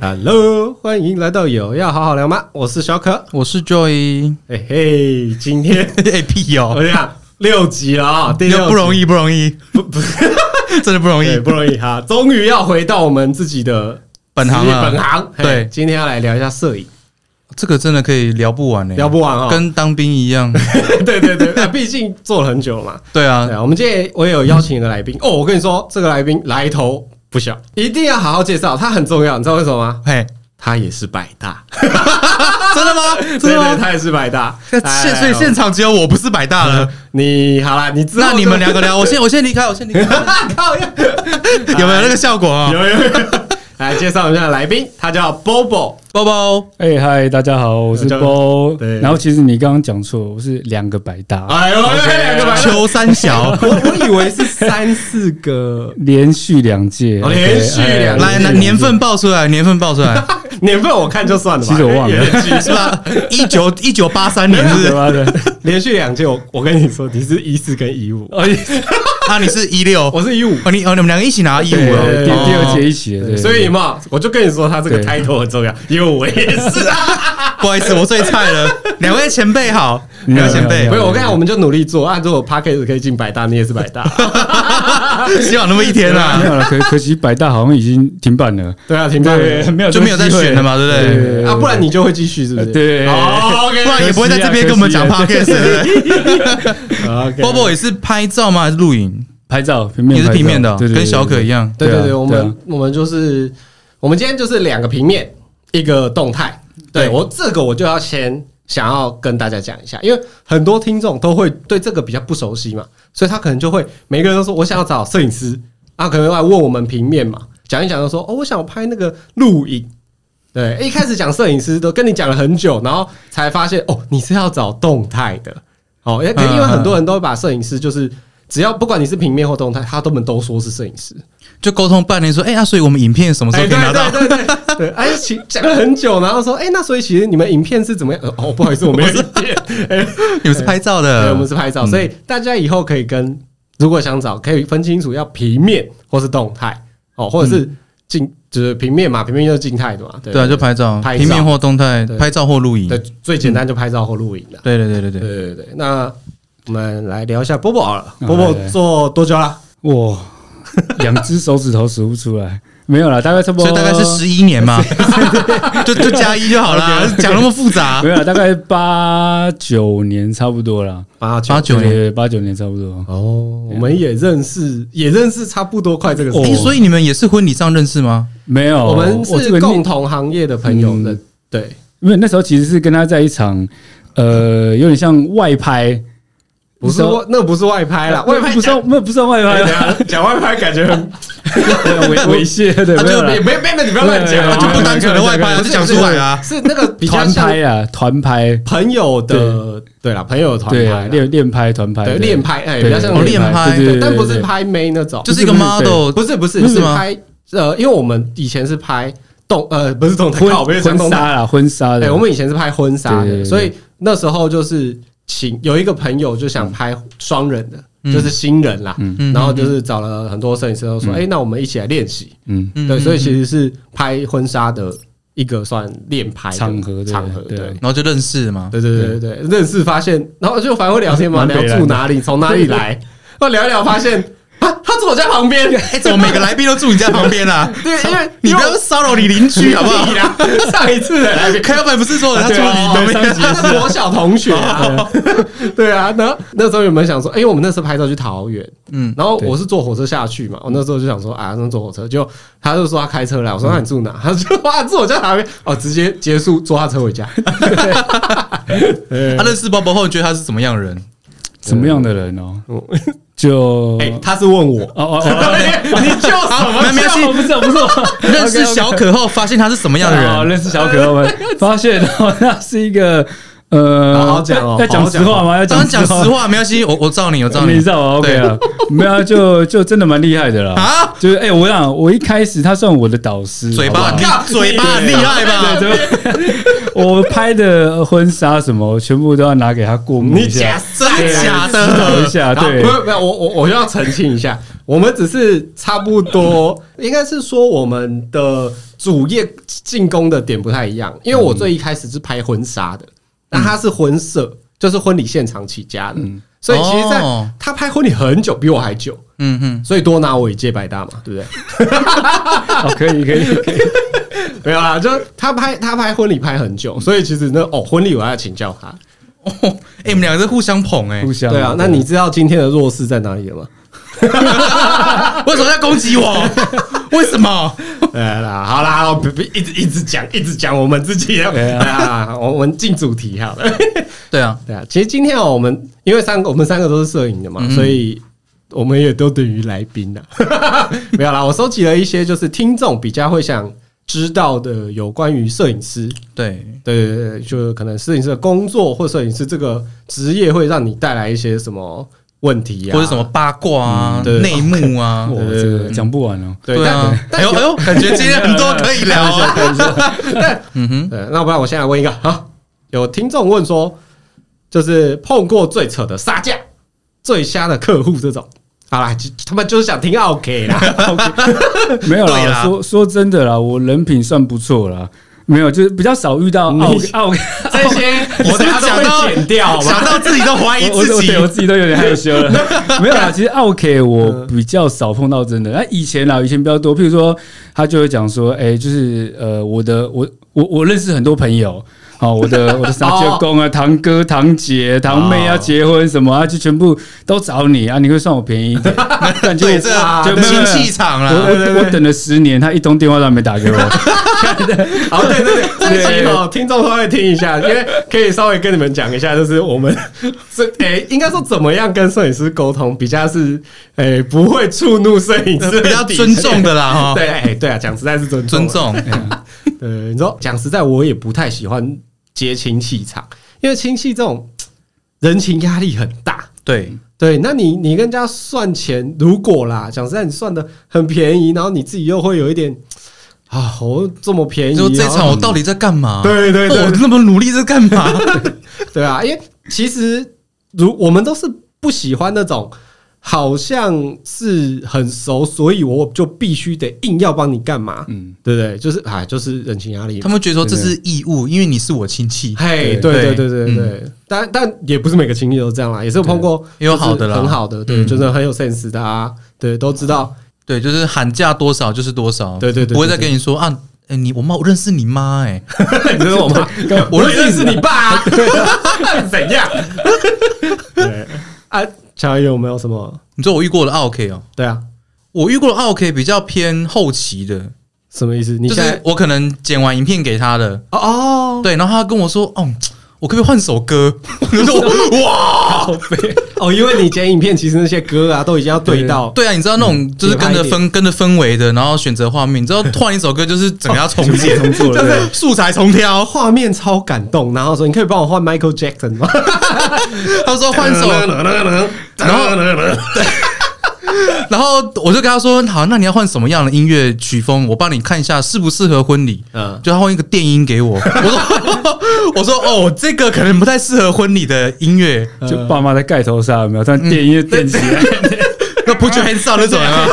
Hello，欢迎来到有要好好聊吗？我是小可，我是 Joy，嘿、嘿，今 天哎屁我哦，想六集了啊、第六又不容易，易，不容易，不不真的不容易对，不容易哈，终于要回到我们自己的本行职业了本行，嘿对今天要来聊一下摄影，这个真的可以聊不完呢，聊不完啊、跟当兵一样。 对对对，啊毕竟做了很久了嘛。对啊对，啊，我们今天我也有邀请一个来宾哦，我跟你说，这个来宾来头不小，一定要好好介绍，他很重要，你知道为什么吗？嘿，他也是百大，真的吗？对真对，的吗？他也是百大，那来现所以现场只有我不是百大了，你好啦，你知道那你们两个聊，我先我先离开，我先离开， 靠呀，有没有那个效果啊？有有有， 来介绍一下来宾，他叫 Bobo，包包，哎、嗨，大家好，我是叫 Bo 对。然后其实你刚刚讲错，我是两个百搭，哎呦，两个白痴，，求三小我我以为是三四个连续两届哦，连续对哎两届来来年份报出来，年份报出来， 年份，我看就算了吧，其实我忘了连续是吧？一九一九八三年哎是对不是？吧？对，连续两届，我我跟你说，你是一四跟一五，而且啊，你是一六，我是一五。哦，你哦，你们两个一起拿 一第五对了，对第对哦二届一起的，对所以嘛，我就跟你说，他这个对 title 很重要，因为我也是啊。不好意思，我最菜了。两位前辈好，没两有位前辈没没，有，我跟你讲，我们就努力做啊。如果 p a c k a g e 可以进百大，你也是百大。希望那么一天没啊，有了，可可惜百搭好像已经停办了，对啊，挺棒的。对，没有就没有再选了嘛，对不对对？对对啊，不然你就会继续，是不是？对哦，OK，不 然也不会在这边跟我们讲 podcast 对不对。 OK。 Bobo 也是拍照吗？还是录影？拍照平面也是平面的哦，对对对跟小可一样。对对对对，啊我对们啊我们就是我们今天就是两个平面，一个动态。对对我这个我就要先想要跟大家讲一下，因为很多听众都会对这个比较不熟悉嘛，所以他可能就会每个人都说我想要找摄影师，啊，可能来问我们平面嘛，讲一讲就说哦，我想拍那个录影。对，一开始讲摄影师都跟你讲了很久，然后才发现哦，你是要找动态的哦，因为因为很多人都会把摄影师就是只要不管你是平面或动态，他都们都说是摄影师。就沟通半年，说，哎呀，所以我们影片什么时候哎，可以对拿到？对对对 对，哎，其 讲了很久，然后说，哎，那所以其实你们影片是怎么样？呃哦，不好意 思，我没有影片，哎，你们是拍照对的，我们是拍照，所以嗯大家以后可以跟，如果想找，可以分清楚要平面或是动态，哦，或者是静，就是平面嘛，平面就是静态的嘛，对嗯对啊，就拍照，拍照平面或动态对，拍照或录影。对，最简单就拍照或录影的，对对嗯对对对对，对对。那我们来聊一下波波好了，嗯波波哎来来做多久了？哇，两只手指头数不出来，没有啦，大概差不所多，以大概是十一年嘛，就就加一就好了，讲那么复杂没。有啦，大概八九年差不多啦，八八九年对，对对八九年差不多。哦，我们也认识，也认识差不多快这个时 哦间哎，所以你们也是婚礼上认识吗？没有，我们哦我这个是共同行业的朋友的，对，因为那时候其实是跟他在一场，呃，有点像外拍，不是外，那不是外拍啦，外拍不是讲那不是外拍，讲讲外拍，感觉很， 猥猥亵对，啊没有就啦没没没，你不要乱讲啊，对对对就不单纯的外拍啊，不就是讲出来啊。是是那个比较团像拍啊，团拍，朋友的，对啦，朋友的团对拍啊，啦，练练拍团拍，对对练拍，哎，对比较像哦练练拍对对对对但不是对拍妹那种，哦就是一个不是不是 model，不是不是不是是吗拍呃，因为我们以前是拍动呃不是动态，婚靠没有讲婚动态纱啦，婚纱对，的，哎我们以前是拍婚纱嗯对对的，对所以那时候就是请有一个朋友就想拍双人的，嗯就是新人啦，嗯然后就是找了很多摄影师都说，哎、那我们一起来练习。嗯，嗯对，所以嗯其嗯实是拍婚纱的一个算练拍的场合对场合对对。然后就认识嘛。对对对对对，认识发现，然后就反正会聊天嘛，蛮北聊蓝的住哪里，从哪里来，后聊一聊发现啊，他住我家旁边，哎，怎么每个来宾都住你家旁边 啦？ 对，因为你因不为要骚扰你邻居好不好屁？啦啊上一次的来宾，开老板不是说了他住对你啊旁对边上？集他 是国小同学啊，对啊，那那时候有没有想说，哎、我们那时候拍照去桃园，嗯嗯，然后对我是坐火车下去嘛，我那时候就想说啊，那坐火车，就他就说他开车来，我说那你住哪？ 他就哇住我家旁边，哦，直接结束坐他车回家，啊 他认识包包后，你觉得他是怎么样的人？什么样的人哦嗯？就哎、他是问我， 哦哦哦，哎你就什么没没关系哦不是不是，啊认啊识小可后，发现他是什么样的哦人？ 认识小可，我们发现哦，他是一个呃，好好讲哦要讲好好实讲话吗？要当然讲实实话，没关系，我我照你，我照你你知道吗？OK 对啊，没 有啊，就就真的蛮厉害的啦。啊，就是哎、我想我一开始他算我的导师，嘴巴好很不好厉好不好，嘴巴很厉害吧？ 对，我拍的婚纱什么全部都要拿给他过目一你下假，真的假指导一的？下，好对不，是不是，我我我要澄清一下，我们只是差不多，应该是说我们的主业进攻的点不太一样，因为我最一开始是拍婚纱的，那他是婚摄，就是婚礼现场起家的，所以其实在哦他拍婚礼很久，比我还久，嗯哼，所以多拿我一届百搭嘛，对不对？ 哦，可以，可以，可以，没有啦，就他拍他拍婚礼拍很久，所以其实那哦婚礼我要请教他，哦， 哎，你们两个是互相捧哎，互相对啊，那你知道今天的弱势在哪里了吗？ 为什么在攻击 我？为什么？哎啦，好啦，我不不一直一直讲，一直讲我们自己啊，对啊啊，我们进主题好了。 对啊，对啊，其实今天哦，我们因为三个我们三个都是摄影的嘛，嗯所以我们也都等于来宾了。 没有啦，我收集了一些就是听众比较会想知道的有关于摄影师，对，对对对对，就可能摄影师的工作或摄影师这个职业会让你带来一些什么问题啊，或者什么八卦啊嗯对、内幕啊， 哦我这呃个讲不完 哦。对对啊但。哎呦哎呦，感觉今天很多可以聊啊。嗯 哼，对，那不然我现在问一个啊，有听众问说，就是碰过最扯的杀价、最瞎的客户这种，好啦，就他们就是想听 OK 啦，没有对啦，啦说说真的啦，我人品算不错啦，没有，就是比较少遇到你奥奥，我这些 我等下都会剪掉，好吧？想到自己都怀疑我自我己对。我自己都有点害羞 了。没有啦，其实奥 K 嗯我比较少碰到真的，那以前啦，以前比较多，譬如说他就会讲说，哎，就是呃，我的我我我认识很多朋友。哦，我 的我的傻舅公啊，堂哥、堂姐、堂妹哦要结婚什么啊，就全部都找你啊，你会算我便宜一 点，但就对，这啊啊对亲气场我啦，我我等了十年，他一通电话都还没打给我。 好，对对对，这一集哦，听众稍微听一下，因为可以稍微跟你们讲一下，就是我们 这诶、应该说怎么样跟摄影师沟通，比较是诶、不会触怒摄影师，比较尊。重的 啦 哈，对，哎、对啊，讲实在是尊重，哎尊重。对，你说讲实在，我也不太喜欢接亲气场，因为亲戚这种人情压力很大。 对，对，那你你跟人家算钱，如果啦，讲实在，你算的很便宜，然后你自己又会有一点啊，我这么便宜，就这然场后我到底在干嘛？哦对对对我那么努力在干 嘛？对啊，因为其实如我们都是不喜欢那种好像是很熟，所以我就必须得硬要帮你干嘛，嗯，对不对？就是啊，就是人情压力嘛他。们觉得说这是义务，因为你是我亲戚。嘿，对对哎对对对对对嗯对，但但也不是每个亲戚都这样啦，也是有碰过也有好的啦就是很好的，对，嗯就是很有 sense 的啊，对，都知 道，对，就是喊价多少就是多少，对对对对不会再跟你说啊，哎，你我妈我认识你妈，哎， 这是我妈，我我认识你爸、啊，怎样？ 对啊，乔伊有没有什么？ 你知道我遇过的 OK 哦，对啊，我遇过的 OK 比较偏后期的，什么意思？你就现在是我可能剪完影片给他的，哦哦对，然后他跟我说，哦，我可不可以换首歌？ 我就说哇，哦，因为你剪影片，其实那些歌啊都已经要对到，对啊，你知道那嗯种就是跟着氛跟着氛围的，然后选择画面，你知道换一首歌就是整个要哦重建，重做了 就对是素材重挑。画面超感动，然后说你可以帮我换 Michael Jackson 吗？他说换一首，嗯然后然后我就跟他说，好，那你要换什么样的音乐曲风？我帮你看一下适不适合婚礼。嗯就他换一个电音给我，我说 我说哦，这个可能不太适合婚礼的音乐，就爸妈在盖头上有没有？嗯但电音电起 来，那 Put Your Hands Up 那种啊。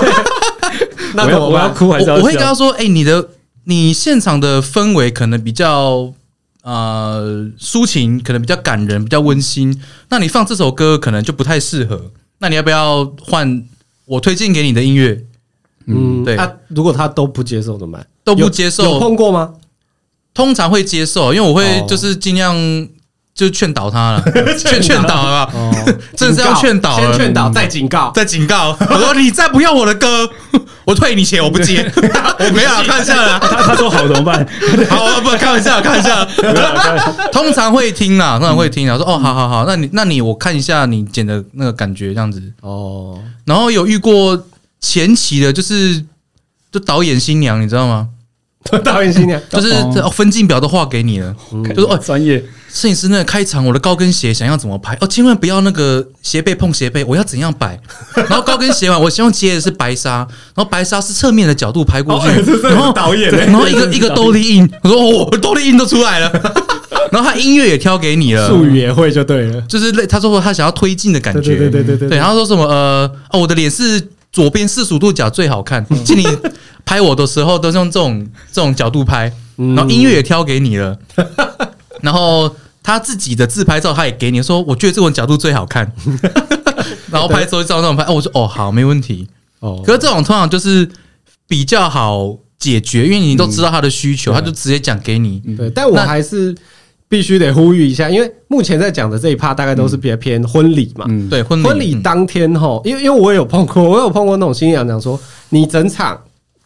那我怎要么我要办？哭还是我我要会跟他笑？说，哎、你的你现场的氛围可能比较呃抒情，可能比较感人，比较温馨。那你放这首歌可能就不太适合。那你要不要换我推荐给你的音乐？嗯，对啊，如果他都不接受怎么办？都不有接有受，碰过吗？通常会接受，因为我会哦就是尽量就劝导他了，劝劝导 了吧，哦，真的是要劝导了嗯先劝导再警告。再警告我说你再不要我的歌，我退你钱，我不接，我没有啊开玩笑啦， 他他说好怎 么办？好，不开玩笑，开玩笑。没有啦通常会听啦，通常会听啦，说哦，好好好，那你那你我看一下你剪的那个感觉这样子。 哦，然后有遇过前期的，就是就导演新娘，你知道吗？导演新娘，就是这哦分镜表都画给你了。就是哦，专业摄影师那个开场，我的高跟鞋想要怎么拍？哦，千万不要那个斜背碰斜背，我要怎样 摆？然后高跟鞋完，我希望接的是白纱，然后白纱是侧面的角度拍过去，然后哦导演欸然后一个一个兜力印，我说哦，兜力印都出来了， 然后他音乐也挑给你了，术语也会就对了，就是类他说他想要推进的感对觉，对对对对对嗯对，然后说什么呃，哦，我的脸是左边四十五度角最好看，嗯就你拍我的时候都是用这种这种角度拍，嗯然后音乐也挑给你了， 然后他自己的自拍照他也给你说，我觉得这种角度最 好看，然后拍之后照那种拍，哦，我说哦好，没问题。哦可是这种通常就是比较好解决，因为你都知道他的需嗯求，他就直接讲给你。对，但我那还是必须得呼吁一下，因为目前在讲的这一趴大概都是比较偏婚礼嘛，嗯，对，婚礼婚礼嗯当天吼，因为因为我有碰过，我有碰过那种新娘讲说，你整场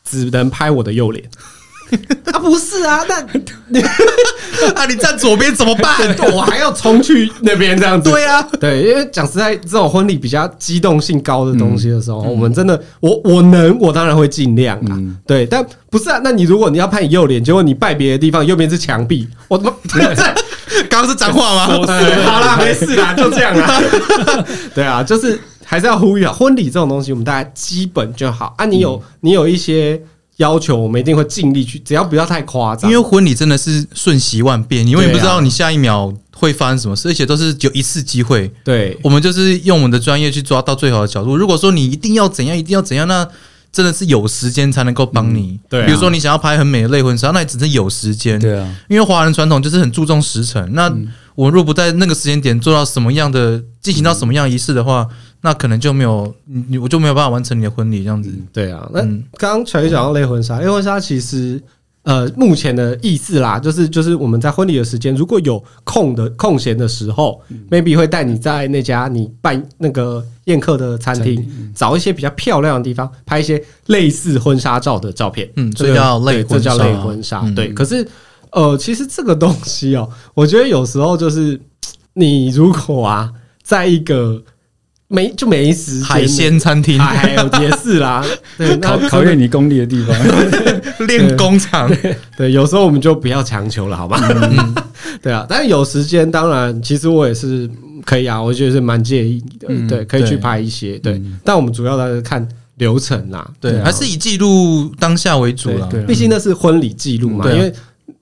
只能拍我的右脸。 啊，不是啊，那 啊，你站左边怎么 办？我还要冲去那边这样子。对啊，对，因为讲实在，这种婚礼比较机动性高的东西的时嗯候，我们真的，我我能，我当然会尽量啊。对，但不是啊，那你如果你要拍你右脸，结果你拜别的地方右边是墙壁，我他妈刚刚是脏话吗？ 好 啦，没事啦，就这样啦。对啊，就是还是要呼吁啊，婚礼这种东西，我们大家基本就好啊。你嗯有你有一些要求，我们一定会尽力去，只要不要太夸张。因为婚礼真的是瞬息万变，你永远不知对道啊你下一秒会发生什么事，而且都是只有一次机会。对我们就是用我们的专业去抓到最好的角度。如果说你一定要怎样，一定要怎样，那真的是有时间才能够帮你。对啊比如说你想要拍很美的类婚纱，那也只是有时间。对啊，因为华人传统就是很注重时辰，那我若不在那个时间点做到什么样的进行到什么样的仪式的话，那可能就没有你，你我就没有办法完成你的婚礼这样子。对啊，那嗯刚刚小鱼讲到类婚纱，类婚纱其实呃，目前的意思啦，就是就是我们在婚礼的时间，如果有空的空闲的时候、m a y b e 会带你在那家你办那个宴客的餐厅，找一些比较漂亮的地方，拍一些类似婚纱照的照片。嗯这个所以叫类对婚纱这叫类婚纱。嗯对，可是呃，其实这个东西哦、我觉得有时候就是你如果啊，在一个没就没时间的海鲜餐厅、哎呦，也是啦， 对，那考考验你功力的地方， 练工厂，对，有时候我们就不要强求了，好吧？嗯对啊，但是有时间，当然，其实我也是可以啊，我觉得是蛮介意的，嗯对，可以去对嗯拍一些，对，但我们主要还是看流程啦，对，啊还是以记录当下为主啦。对对毕竟那是婚礼记录嘛，对啊因为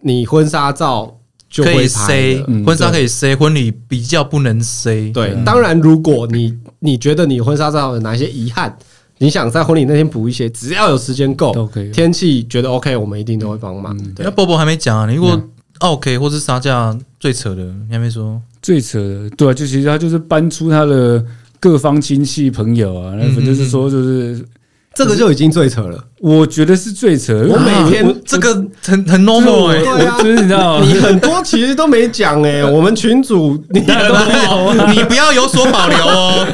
你婚纱照就可以会拍 C 了。嗯婚纱对可以 C，婚礼比较不能 C。对，嗯当然，如果你你觉得你婚纱照有哪些遗憾，你想在婚礼那天补一些，只要有时间够都，可以。天气觉得 OK，我们一定都会帮忙。对那，波波还没讲啊，你如嗯果 OK 或是杀价最扯的，你还没说。最扯的，对啊，就其实他就是搬出他的各方亲戚朋友啊，那嗯反正就是说，就是这个就已经最扯了。我觉得是最扯的。我每啊天我这个很很就是 normal 我哎，对啊我就是你知道，你很多其实都没讲哎、 我们群主，你你不要有所保留哦，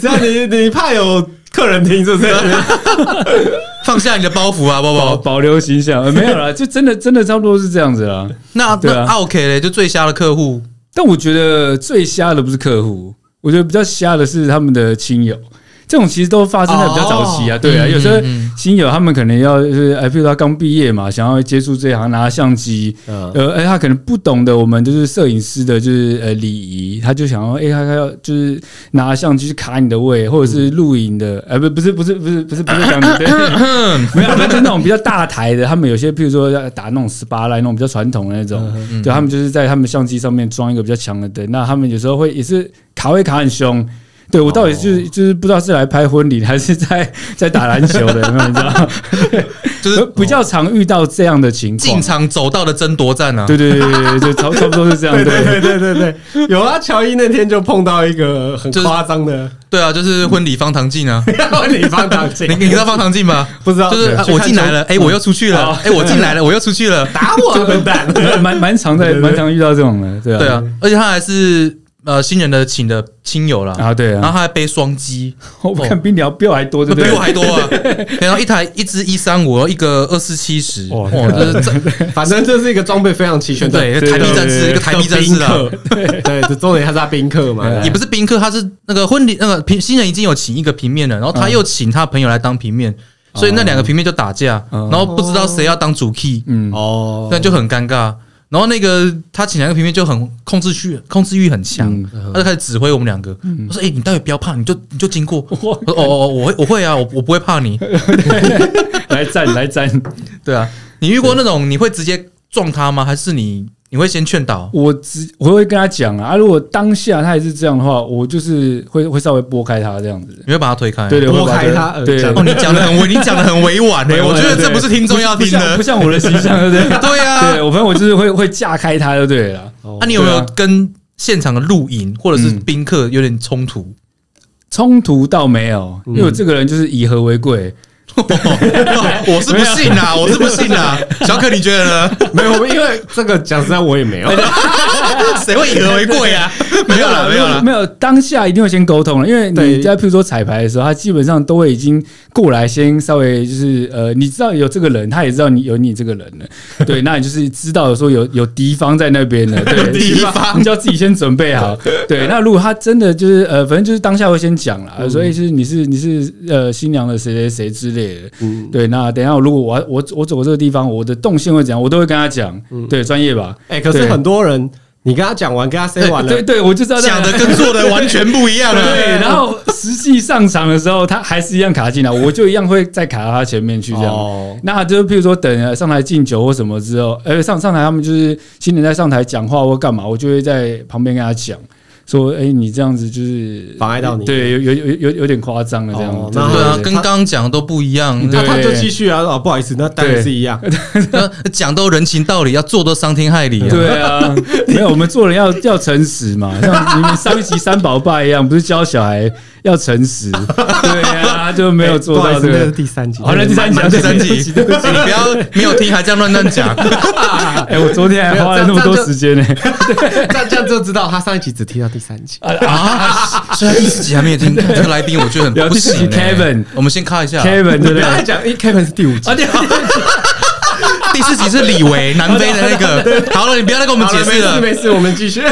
这样你你怕有客人听是不是？ 放下你的包袱啊，波保波。保留形象，呃没有啦，就真的真的差不多是这样子啦。那对啊那 OK 嘞，就最瞎的客户，但我觉得最瞎的不是客户，我觉得比较瞎的是他们的亲友。这种其实都发生在比较早哦期啊，对啊，嗯有时候嗯亲友他们可能要就是，哎，譬如他刚毕业嘛，想要接触这一行，拿相机，嗯，呃，哎，他可能不懂得我们就是摄影师的，就是呃礼仪，他就想要，哎，他他要就是拿相机去卡你的位，或者是嗯录影的，哎，不，不是，不是，不是，不是，不是讲你， 对，没有，就是那种比较大台的，他们有些，譬如说要打那种十八来那种比较传统的那嗯种，对，他们就是在他们相机上面装一个比较强的灯，那他们有时候会也是卡位卡很凶。对我到底哦就是就是不知道是来拍婚礼还是在在打篮球的，有没有你知道？ 就是嗯比较常遇到这样的情况进。场走到的争夺战啊。对对对对对，就差差不多是这样。 对对对对对对，有啊！乔伊那天就碰到一个很就是夸张 的对啊，就是婚礼方糖镜 啊，你方打进 你，你知道方糖镜吗？不知道就是啊我进来，了，哎，我又出去了，哎，我进来了，我又出去了。打我笨蛋！对，蛮蛮常在对对对蛮常遇到这种的，对啊，对啊，而且他还是呃新人的请的亲友啦，啊对然后啊，他还背双机，我看比你要标还多，对不比对我？还多 啊！然后一台一支一三五，一个二四七十，哇哇，就是这反正这是一个装备非常齐全的对对台币战对士，一个台币战士啊，宾客对，这重点他是他宾客 嘛，对也不是宾客，他是那个婚礼那个平新人已经有请一个平面了，然后他又请他朋友来当平面。哦所以那两个平面就打架，然后不知道谁要当主 key，嗯，哦那就很尴尬。然后那个他请两个平面就很控制欲，控制欲很强，嗯他就开始指挥我们两个。我说：“哎，你待会不要怕，你就你就经过。”我说：“哦哦，哦我会我会啊，我我不会怕你。来站来站，对啊，你遇过那种你会直接撞他吗？还是你你会先劝导？我只我会跟他讲啊，啊如果当下他还是这样的话，我就是会会稍微拨开他这样子。你会把他推开？对对，拨会把开他对呃这样哦，你讲的很委，你讲的很委婉诶、对我觉得对这不是听众要不听像的不。像我的形象，对不对？对啊，对我反正我就是会会架开他就对了啦。那、你有没有对啊跟现场的录影或者是嗯宾客有点冲突？冲突倒没有，因为我这个人就是以和为贵，我是不信啊，我是不信啊。小可，你觉得 呢？ 没有，因为这个讲实在我也没有，谁会以和为贵啊？没有啦，没有啦。没有，当下一定会先沟通了，因为对你在譬如说彩排的时候，他基本上都会已经过来，先稍微就是呃，你知道有这个人，他也知道你有你这个人 了，对，那你就是知道说有有敌方在那边了，对，敌方你就要自己先准备好，对，那如果他真的就是呃，反正就是当下会先讲嗯啦，所以是你是你是呃新娘的谁谁谁之类的，嗯对，那等一下如果我我我走过这个地方，我的动线会怎样，我都会跟他讲，嗯对，专业吧，哎，可是对很多人，你跟他讲完，跟他 say 完了对，对，我就知道这样哎讲的跟做的完全不 一样啊。对，然后实际上场的时候，他还是一样卡进来，我就一样会再卡到他前面去这样。哦那就是譬如说等呃上台敬酒或什么之后，呃上上台他们就是新人在上台讲话或干嘛，我就会在旁边跟他讲说，哎、你这样子就是妨碍到你对，有有有有有点夸张了这样哦子。那对啊，对跟他刚刚讲的都不一样。那对他就继续啊，哦，不好意思，那当然对是一样，那讲都人情道理，要做都伤天害理啊。对 啊，没有，我们做人要要诚实嘛，像你们上一集三宝爸一样，不是教小孩要诚实？ 对啊，就没有做哎不好到意思这那是个。第三集，好，那第三集满，第三对集不起，你不要没有听还这样乱乱讲。哎、我昨天还花了那么多时间呢、这样这样就知道他上一集只听到第三集。啊！所以他第四集还没有听，这个来宾我觉得很不行、欸。有第四集，Kevin 我们先卡一下。 Kevin 对不啊不 对要？再讲，因为哎 Kevin 是第五集，第四集是李维，南非的那个。好了，你不要再跟我们好解了释了。没事没事，我们继 续。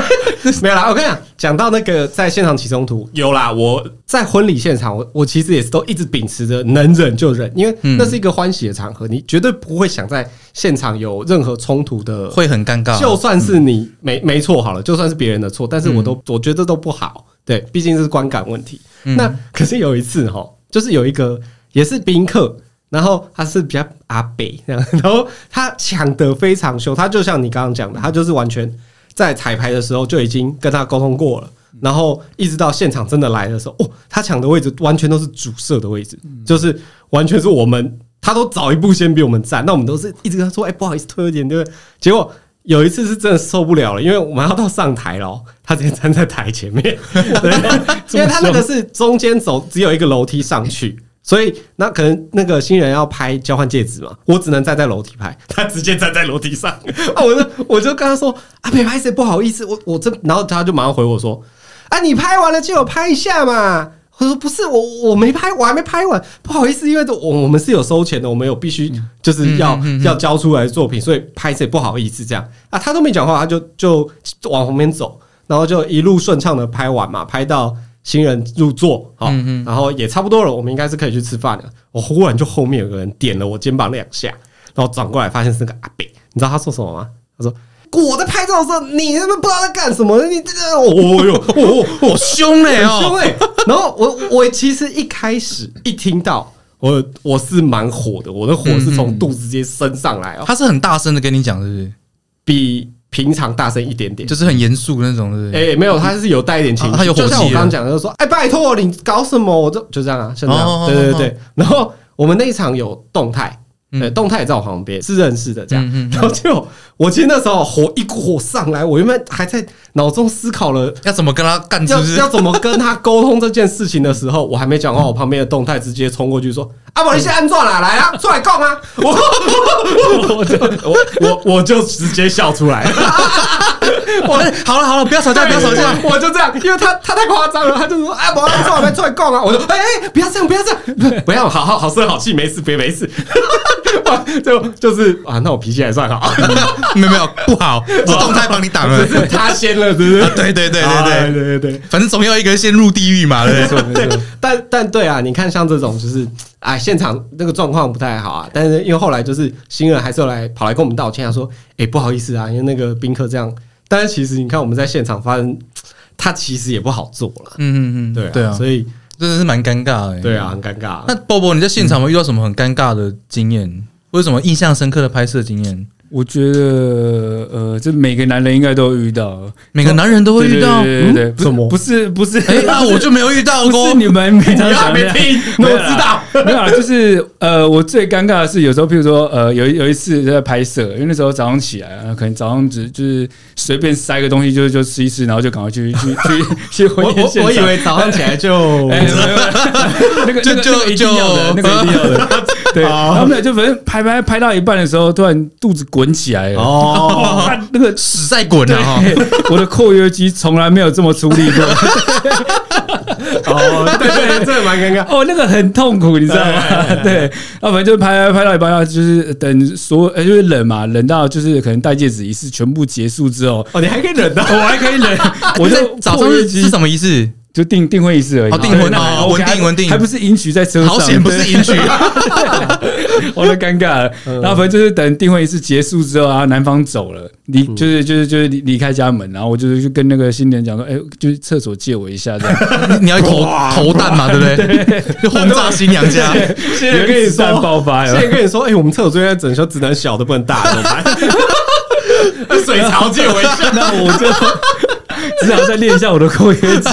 没有啦，我跟你讲，讲到那个在现场起冲突，有啦。我在婚礼现场，我我其实也是都一直秉持着能忍就忍，因为嗯那是一个欢喜的场合，你绝对不会想在现场有任何冲突的。会很尴尬。就算是你没没错好了，就算是别人的错，但是我都我觉得这都不好。对，毕竟这是观感问题。那可是有一次哈，就是有一个也是宾客，然后他是比较阿北这样， 然后他抢得非常凶，他就像你刚刚讲的，他就是完全在彩排的时候就已经跟他沟通过了。然后一直到现场真的来的时候，哦，他抢的位置完全都是主射的位置，就是完全是我们，他都早一步先比我们站，那我们都是一直跟他说，哎、不好意思，推一点，对不对？结果有一次是真的受不了了，因为我们要到上台了哦，他直接站在台前面，对因为他那个是中间走只有一个楼梯上去。所以那可能那个新人要拍交换戒指嘛，我只能站在楼梯拍，他直接站在楼梯上，啊，我就我就跟他说啊，没拍谁，不好意思，我我这，然后他就马上回我说啊，你拍完了就有拍一下嘛。我说不是，我我没拍，我还没拍完，不好意思，因为这我我们是有收钱的，我们有必须就是要、要交出来的作品，所以拍谁不好意思这样啊，他都没讲话，他就就往旁边走，然后就一路顺畅的拍完嘛，拍到新人入座，好、然后也差不多了，我们应该是可以去吃饭了。我忽然就后面有个人点了我肩膀两下，然后转过来发现是个阿北，你知道他说什么吗？他说。我在拍照的时候，你他妈不知道在干什么？你这这，哦哦哟，哦哦我凶嘞很凶哦，哎、然后我我其实一开始一听到我我是蛮火的，我的火是从肚子直接升上来哦，他是很大声的跟你讲，是不是？比平常大声一点点。就是很严肃那种，是不是？哎、没有，他是有带一点情绪，啊他有火气就了像我刚刚讲的，就说，哎、拜托你搞什么？我就就这样啊，像这样，哦对对对哦对。然后我们那一场有动态，嗯呃、动态也在我旁边，是认识的这样。嗯嗯然后就我其实那时候火一股火上来，我原本还在脑中思考了要怎么跟他干？是要不是嗯要？怎么跟他沟通这件事情的时 候，我还没讲话，哦我旁边的动态直接冲过去说：“阿宝，你先安装啦，来啊，出来供 啊！”我我我我我就直接笑出来了，我好了好了，不要吵架，不要吵架。我就这样，因为他他太夸张了，他就说：“阿宝，安装哎 来，出来供啊！”我就：“哎、哎不要这样，不要这样，不要，好好好声好气，没事，别没事。”就就是啊，那我脾气还算 好，没有没有不好，是动态帮你挡了只。是他先了，是不是啊？对对对对哎对，对对对。反正总要一个人先入地狱嘛，对不对？没错，但但对啊，你看像这种就是，哎，现场那个状况不太好啊。但是因为后来就是新人还是有来跑来跟我们道歉，他说：“哎、不好意思啊，因为那个宾客这样。”但是其实你看我们在现场发生，他其实也不好做了，嗯嗯嗯，对啊，对啊，所以真的是蛮尴尬的。对啊，，很尴尬。那波波你在现场有没有遇到什么很尴尬的经验，或者什么印象深刻的拍摄经验？我觉得呃，这每个男人应该都会遇到，每个男人都会遇到。对对对对对，嗯什么不是不是，哎，那我就没有遇到 不过是。你们平常你想还没的听，我没有啦知道。 没有啦，就是呃，我最尴尬的是有时候，譬如说呃，有一有一次在拍摄，因为那时候早上起来，呃可能早上只就是随便塞个东西就就吃一吃，然后就赶快去去去 去我婚我宴现场。我以为早上起来 就哎。没 有没有那个就那个就那个一定要的，就那个一定要 的，对，然后没有，就反正拍拍拍到一半的时候，突然肚子滚起来了， 哦，哇，那个屎在滚啊！哈对，我的括约肌从来没有这么出力过， 哦，对对，这个蛮尴尬。哦，那个很痛苦，你知哎道吗？对，然后反正就拍拍拍到一半，然后就是等所有呃就是冷嘛，冷到就是可能戴戒指仪式全部结束之 后，哦，你还可以忍到，我还可以冷， 我我在就早上括约是肌是什么仪式？就订订婚仪式而已嘛，哦订婚对那还哦 OK，稳定还稳定还不是迎娶在车上，好险不对是迎娶，我都尴尬了。嗯然后反正就是等订婚仪式结束之后啊，男方走了，离嗯就是就是就是离离开家门，然后我就是去跟那个新人讲说，哎，就是厕所借我一下这样。你你要投哇投弹嘛，对不对？就轰炸新娘家。现有一个散爆发有现没有在跟你说，哎、我们厕所最近在整修，只能小的不能大的，怎么办？水槽借我一下，那我就 只好再练一下我的括 约肌。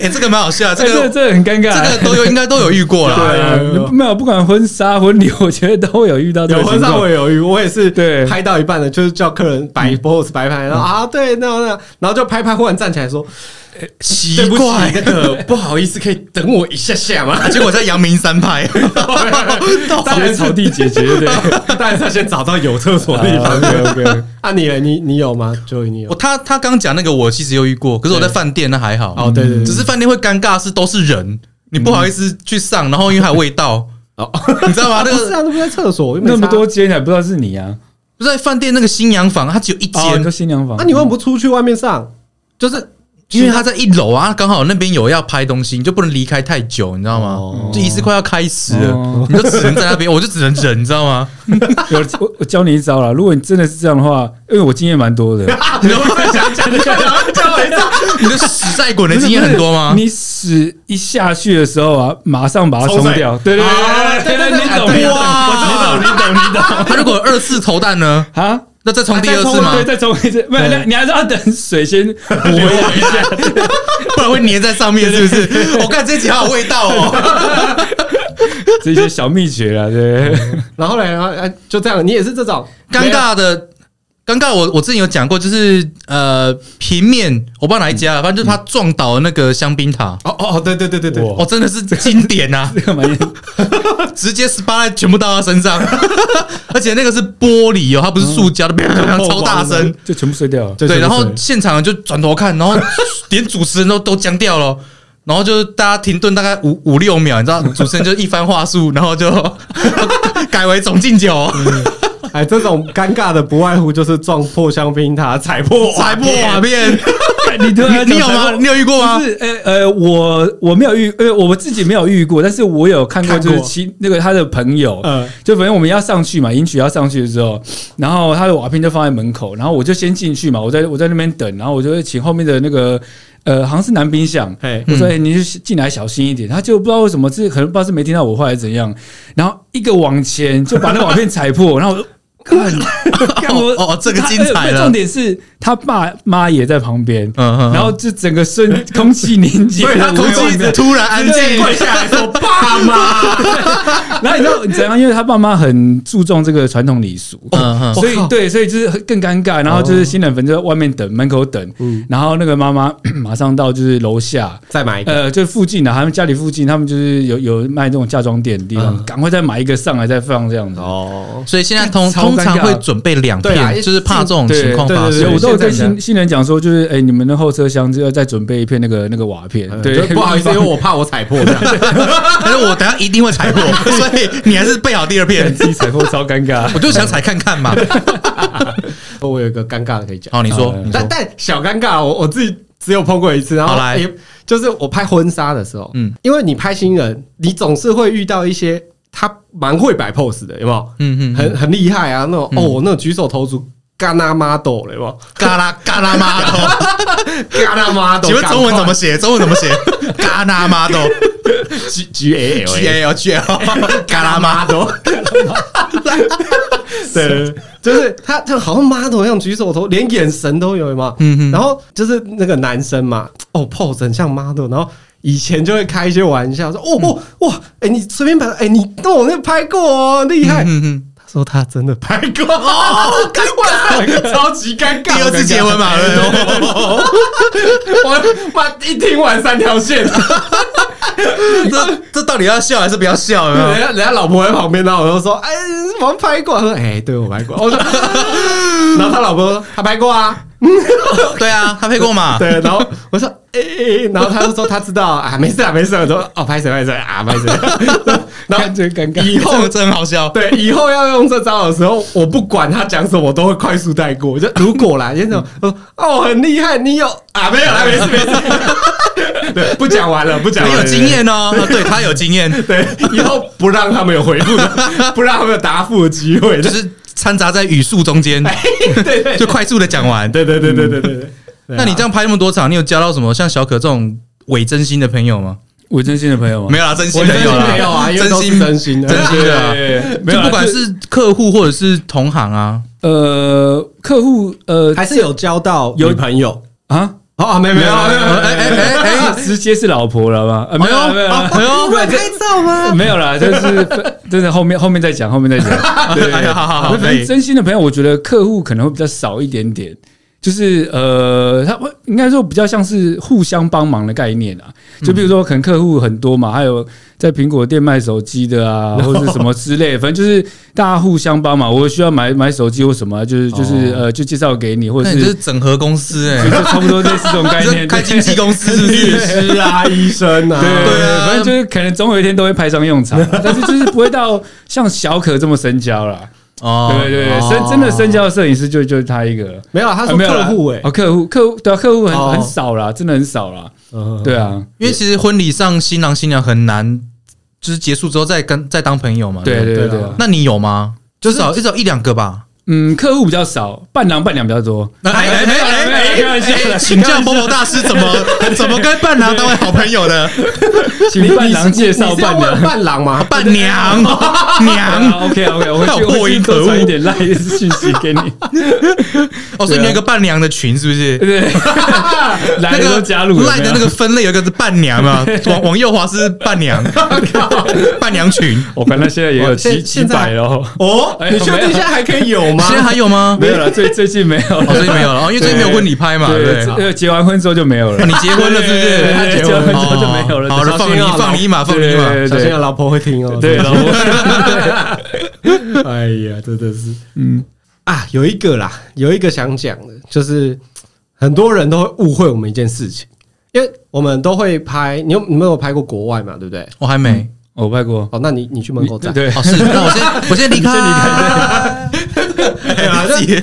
哎，这个蛮好笑，这这个个哎这个很尴这尬。个都有应该都有遇过啦。对啊哎呦，没有，不管婚纱、婚礼，我觉得都会有遇到这 有个婚情纱我况。也有遇，我也是对拍到一半的，就是叫客人摆 pose 摆一拍，然后啊对，那那，然后就拍拍，忽然站起来说，奇对不起，怪，那个不好意思，可以等我一下下吗？ 啊结果在阳明山拍，当直接然草地解决，对。 当然是要先找到有厕所的地方。 OK OK，啊，你嘞你你有吗？就你有我他他刚讲那个我其实有遇过，可是我在饭店那还好，哦，对对对，只是饭店会尴尬是都是人，你不好意思去上，然后因为还有味道，哦，你知道吗？那不是个啊，那不在厕所，又没那差么多间还不知道是你啊？不是在饭店那个新娘房，它只有一哦，你说间，新娘房？啊，你为什么不出去外面上？就是因为它在一楼啊，刚好那边有要拍东西，你就不能离开太久，你知道吗哦？就仪式快要开始了哦，你就只能在那边，我就只能忍，你知道吗？有我我教你一招啦。如果你真的是这样的话，因为我经验 蛮多的，你的你的屎在滚的经验很多吗？你屎一下去的时候啊，马上把它冲掉。对对啊对对，对对你对懂你懂哇我懂你懂你懂他如果有二次投弹呢？啊？那再冲第二次吗对，？再冲一次，没有，那你还是要等水先补回一下。 不然会粘在上面，是不是？我看这集好有味道 哦。这些小秘诀啦，对。 然后嘞，然后哎，就这样，你也是这种尴尬的，尴尬我。我之前有讲过，就是呃，平面我不知道哪一家啊，反正就是他撞倒了那个香槟塔。哦哦，对对对对对，哇哦，真的是经典 啊！这个蛮直接 spotlight 全部到他身上， 而且那个是玻璃哦，它不是塑胶的，砰砰砰超大声。就全部碎掉了。就对，全部然后碎现场就转头看，然后 连主持人都都僵掉了。然后就是大家停顿大概五五六秒，你知道，主持人就一番话术，然后就 改为总进酒，哦哎，这种尴尬的不外乎就是撞破香槟塔、踩破踩破瓦片。哎你突然你你有吗？你有遇过吗不？是，呃呃，我我没有遇，呃，我自己没有遇过，但是我有看过，看就过是亲那个他的朋友，嗯就反正我们要上去嘛，迎娶要上去之后，然后他的瓦片就放在门口，然后我就先进去嘛，我在我在那边等，然后我就会请后面的那个呃，好像是男宾相，嘿我嗯说、欸、你就进来小心一点，他就不知道为什么，这可能不知道是没听到我话还是怎样，然后一个往前就把那瓦片踩破， 然后 我就。看，看我哦哦这个他精彩呃了重点是他爸妈也在旁边，嗯嗯嗯然后就整个瞬空气凝结，所以他我空没有气突然安静，跪哎下来说：“爸妈， 然后你知道怎样？因为他爸妈很注重这个传统礼俗，哦嗯嗯所以我靠对，所以就是更尴尬。然后就是新人粉就在外面等，门口等，然后那个妈妈 马上到就是楼下。再买一个。呃，就附近的、他们家里附近，他们就是呃嗯有有卖这种嫁妆店的地方，赶快再买一个上来再放这样子。哦”所以现在通超通通常尴尬会准备两对啊片，就是怕这种情况发对对对，生我。 都有现在跟比较新新人讲说，就是哎、你们的后车厢就要再准备一片那个那个瓦片，对就，不好意思，因为我怕我踩破 这样。可是我等下一定会踩 破，所以你还是备好第二片。 自己采购超尴尬。我就想踩看看嘛。我有一个尴尬的可以讲，好，你说好，你但说，但小尴尬，我我自己只有碰过一次，然后好来也就是我拍婚纱的时候，嗯嗯，因为你拍新人，你总是会遇到一些他蛮会摆 pose 的，有没有？嗯嗯，很很厉害啊，那种哦，那种举手投足。干那 model 了，有没有？嘎啦嘎啦妈豆， 干那 model， 请问中文怎么赶写？中文怎么写？ 嘎啦妈豆快 G G A L ，G A A L G L，嘎 啦妈豆， model？对， 就是他，他好像 model 一样举手投，连眼神都有嘛。嗯哼然后就是那个男生嘛，哦，pose 很像 model，然后。以前就会开一些玩笑，说嗯哦哦哇，哎、你随便拍，哎、你那我那拍过哦，厉害。嗯嗯，他说他真的拍过，哦，尴尬，超级尴第尬。二次结婚 嘛，对不对 我妈一听完三条线，这这到底要笑还是不要笑？有没有人家人家老婆在旁边，然后我就说，哎、我拍过，他说，哎、对我拍过。我说， 然后他老婆说，他拍过啊，对啊，他配过嘛？对，然后我说，哎、欸欸，然后他就说他知道啊，没事啊，没事啊。我说，哦，拍谁拍谁啊，拍谁。 然后觉尴尬以后这个真的很好笑。对以后要用这招的时候，我不管他讲什么，我都会快速带过。我就如果啦，先生说，哦，很厉害，你有啊？没有啦，没事没事。对，不讲完了，不讲很完了。有经。验哦，啊对他有经 验，对，以后不让他们有回复的，不让他们有答复的机会。就就是，是掺杂在语速中间，对对对就快速的讲完。啊对对对对对对啊对。那你这样拍那么多场，你有交到什么像小可这种伪真心的朋友吗？我真心的朋友吗？没有啦，真心我朋友啦，没有啊，因为真都是心真心的，真心的啊对，对对没有就啦，不管就是客户或者是同行啊， 呃客户呃还是有交到有女朋友。啊，哦，没有没有，没没有有没有没有哦哎哎哎哎 直接是老婆了吧？呃没有啦没有啊啦哎呦，会拍照吗？ 没有啦，就是真的后面后面再讲，后面再讲。对，哎呀，好 好好，那可以，真心的朋友，我觉得客户可能会比较少一点点，就是呃，他会应该说比较像是互相帮忙的概念啊。嗯就比如说，可能客户很多嘛，还有在苹果店卖手机 的啊，或者什么之类，反正就是大家互相帮忙。我需要买买手机或什么，就是就是哦呃，就介绍给你，或那者是你这是整合公司就哎，就差不多类似这种概你这 念。开经纪对公司是不律是？师啊，医生啊，对对啊反正就是可能总有一天都会派上用场，但是就是不会到像小可这么深交啦。哦对对对，深真的深交的摄影师就就是他一个了。没有，他啊说没有客啦户哎，哦，客户，客户，对啊，客户很哦很少啦，真的很少啦，嗯对啊，因为其实婚礼上新郎新娘很难，就是结束之后再跟再当朋友嘛。对不对对对啊对啊，那你有吗？至少至少一两个吧。嗯，客户比较少，伴郎伴娘比较多，哎哎哎哎开玩笑的哎！请教某某大师怎么哎怎么跟伴郎当为好朋友的？请伴郎介你绍是要伴问娘。伴郎吗？伴娘啊娘 OK OK，我还会有去我破会音去可恶多传一点赖的讯息给你，哦，所以你有一个伴娘的群是不是？对，来那的个都加入了赖的那个，分类有一个是伴娘嘛， 往往右滑是伴娘，伴娘群。我看他现在也有哇现几几现在百了哦，哦，哎你确没定有现在还可以有吗？现在还有吗？没有了，最最近没有哦，了，所以没有了，哦，因为最近没有婚礼拍嘛， 对对，不这对。呃结完婚之后就没有了哦，你结婚了是不对对对是？对结完婚之后就没有了哦好了，放你小心啊放你一马，放你一马。对小心对啊，老婆会听哦。对，然后 哎呀，真的是，嗯啊，有一个啦，有一个想讲的，就是很多人都会误会我们一件事情，因为我们都会拍，你有你没有拍过国外嘛？对不对？我哦还没。我拜过，哦，那你你去门口站。 对哦，是，那我先我先 离开。哎呀，自己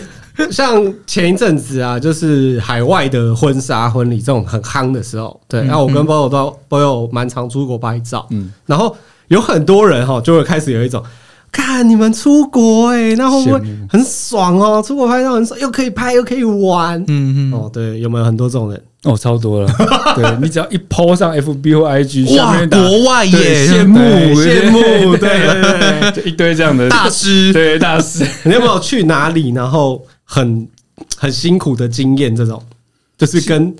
像前一阵子啊，就是海外的婚纱婚礼这种很夯的时候，对，然啊后我跟 BOYO 都 BOYO 蛮常出国拍照，嗯，然后有很多人哈就会开始有一种。看你们出国哎、那会不会羡慕很爽哦？出国拍照很爽，又可以拍又可以玩。嗯嗯，哦，对，有没有很多这种人？哦，超多了。对你只要一 PO 上 FB 或 IG，下哇，面打国外对羡耶，慕对羡慕，对对对对。 就一堆这样的大师，对大师， 你有没有去哪里，然后很很辛苦的经验？这种就是跟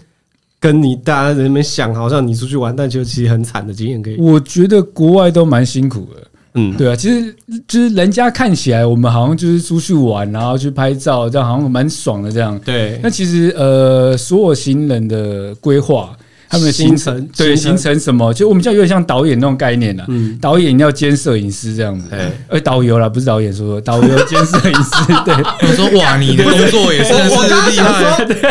跟你大家人们想，好像你出去玩，但就其实很惨的经验可以。我觉得国外都蛮辛苦的。嗯，对啊，其实就是人家看起来我们好像就是出去玩，然后去拍照，这样好像蛮爽的这样。对那其实呃，所有行人的规划。他们的行行程对行行程程什么，就我们叫有点像导演那种概念啦。嗯导演要兼摄影师这样子哎，呃，导游啦，不是导演说导游兼摄影师，对，我说哇，你的工作也真的我我刚刚是厉想害，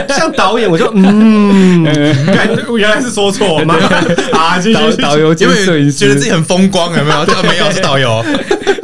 说，像导演，我就嗯，感原来是说错嘛 啊，继续导导游兼因摄影为师，觉得自己很风光，有没有？ 啊没有，是导游。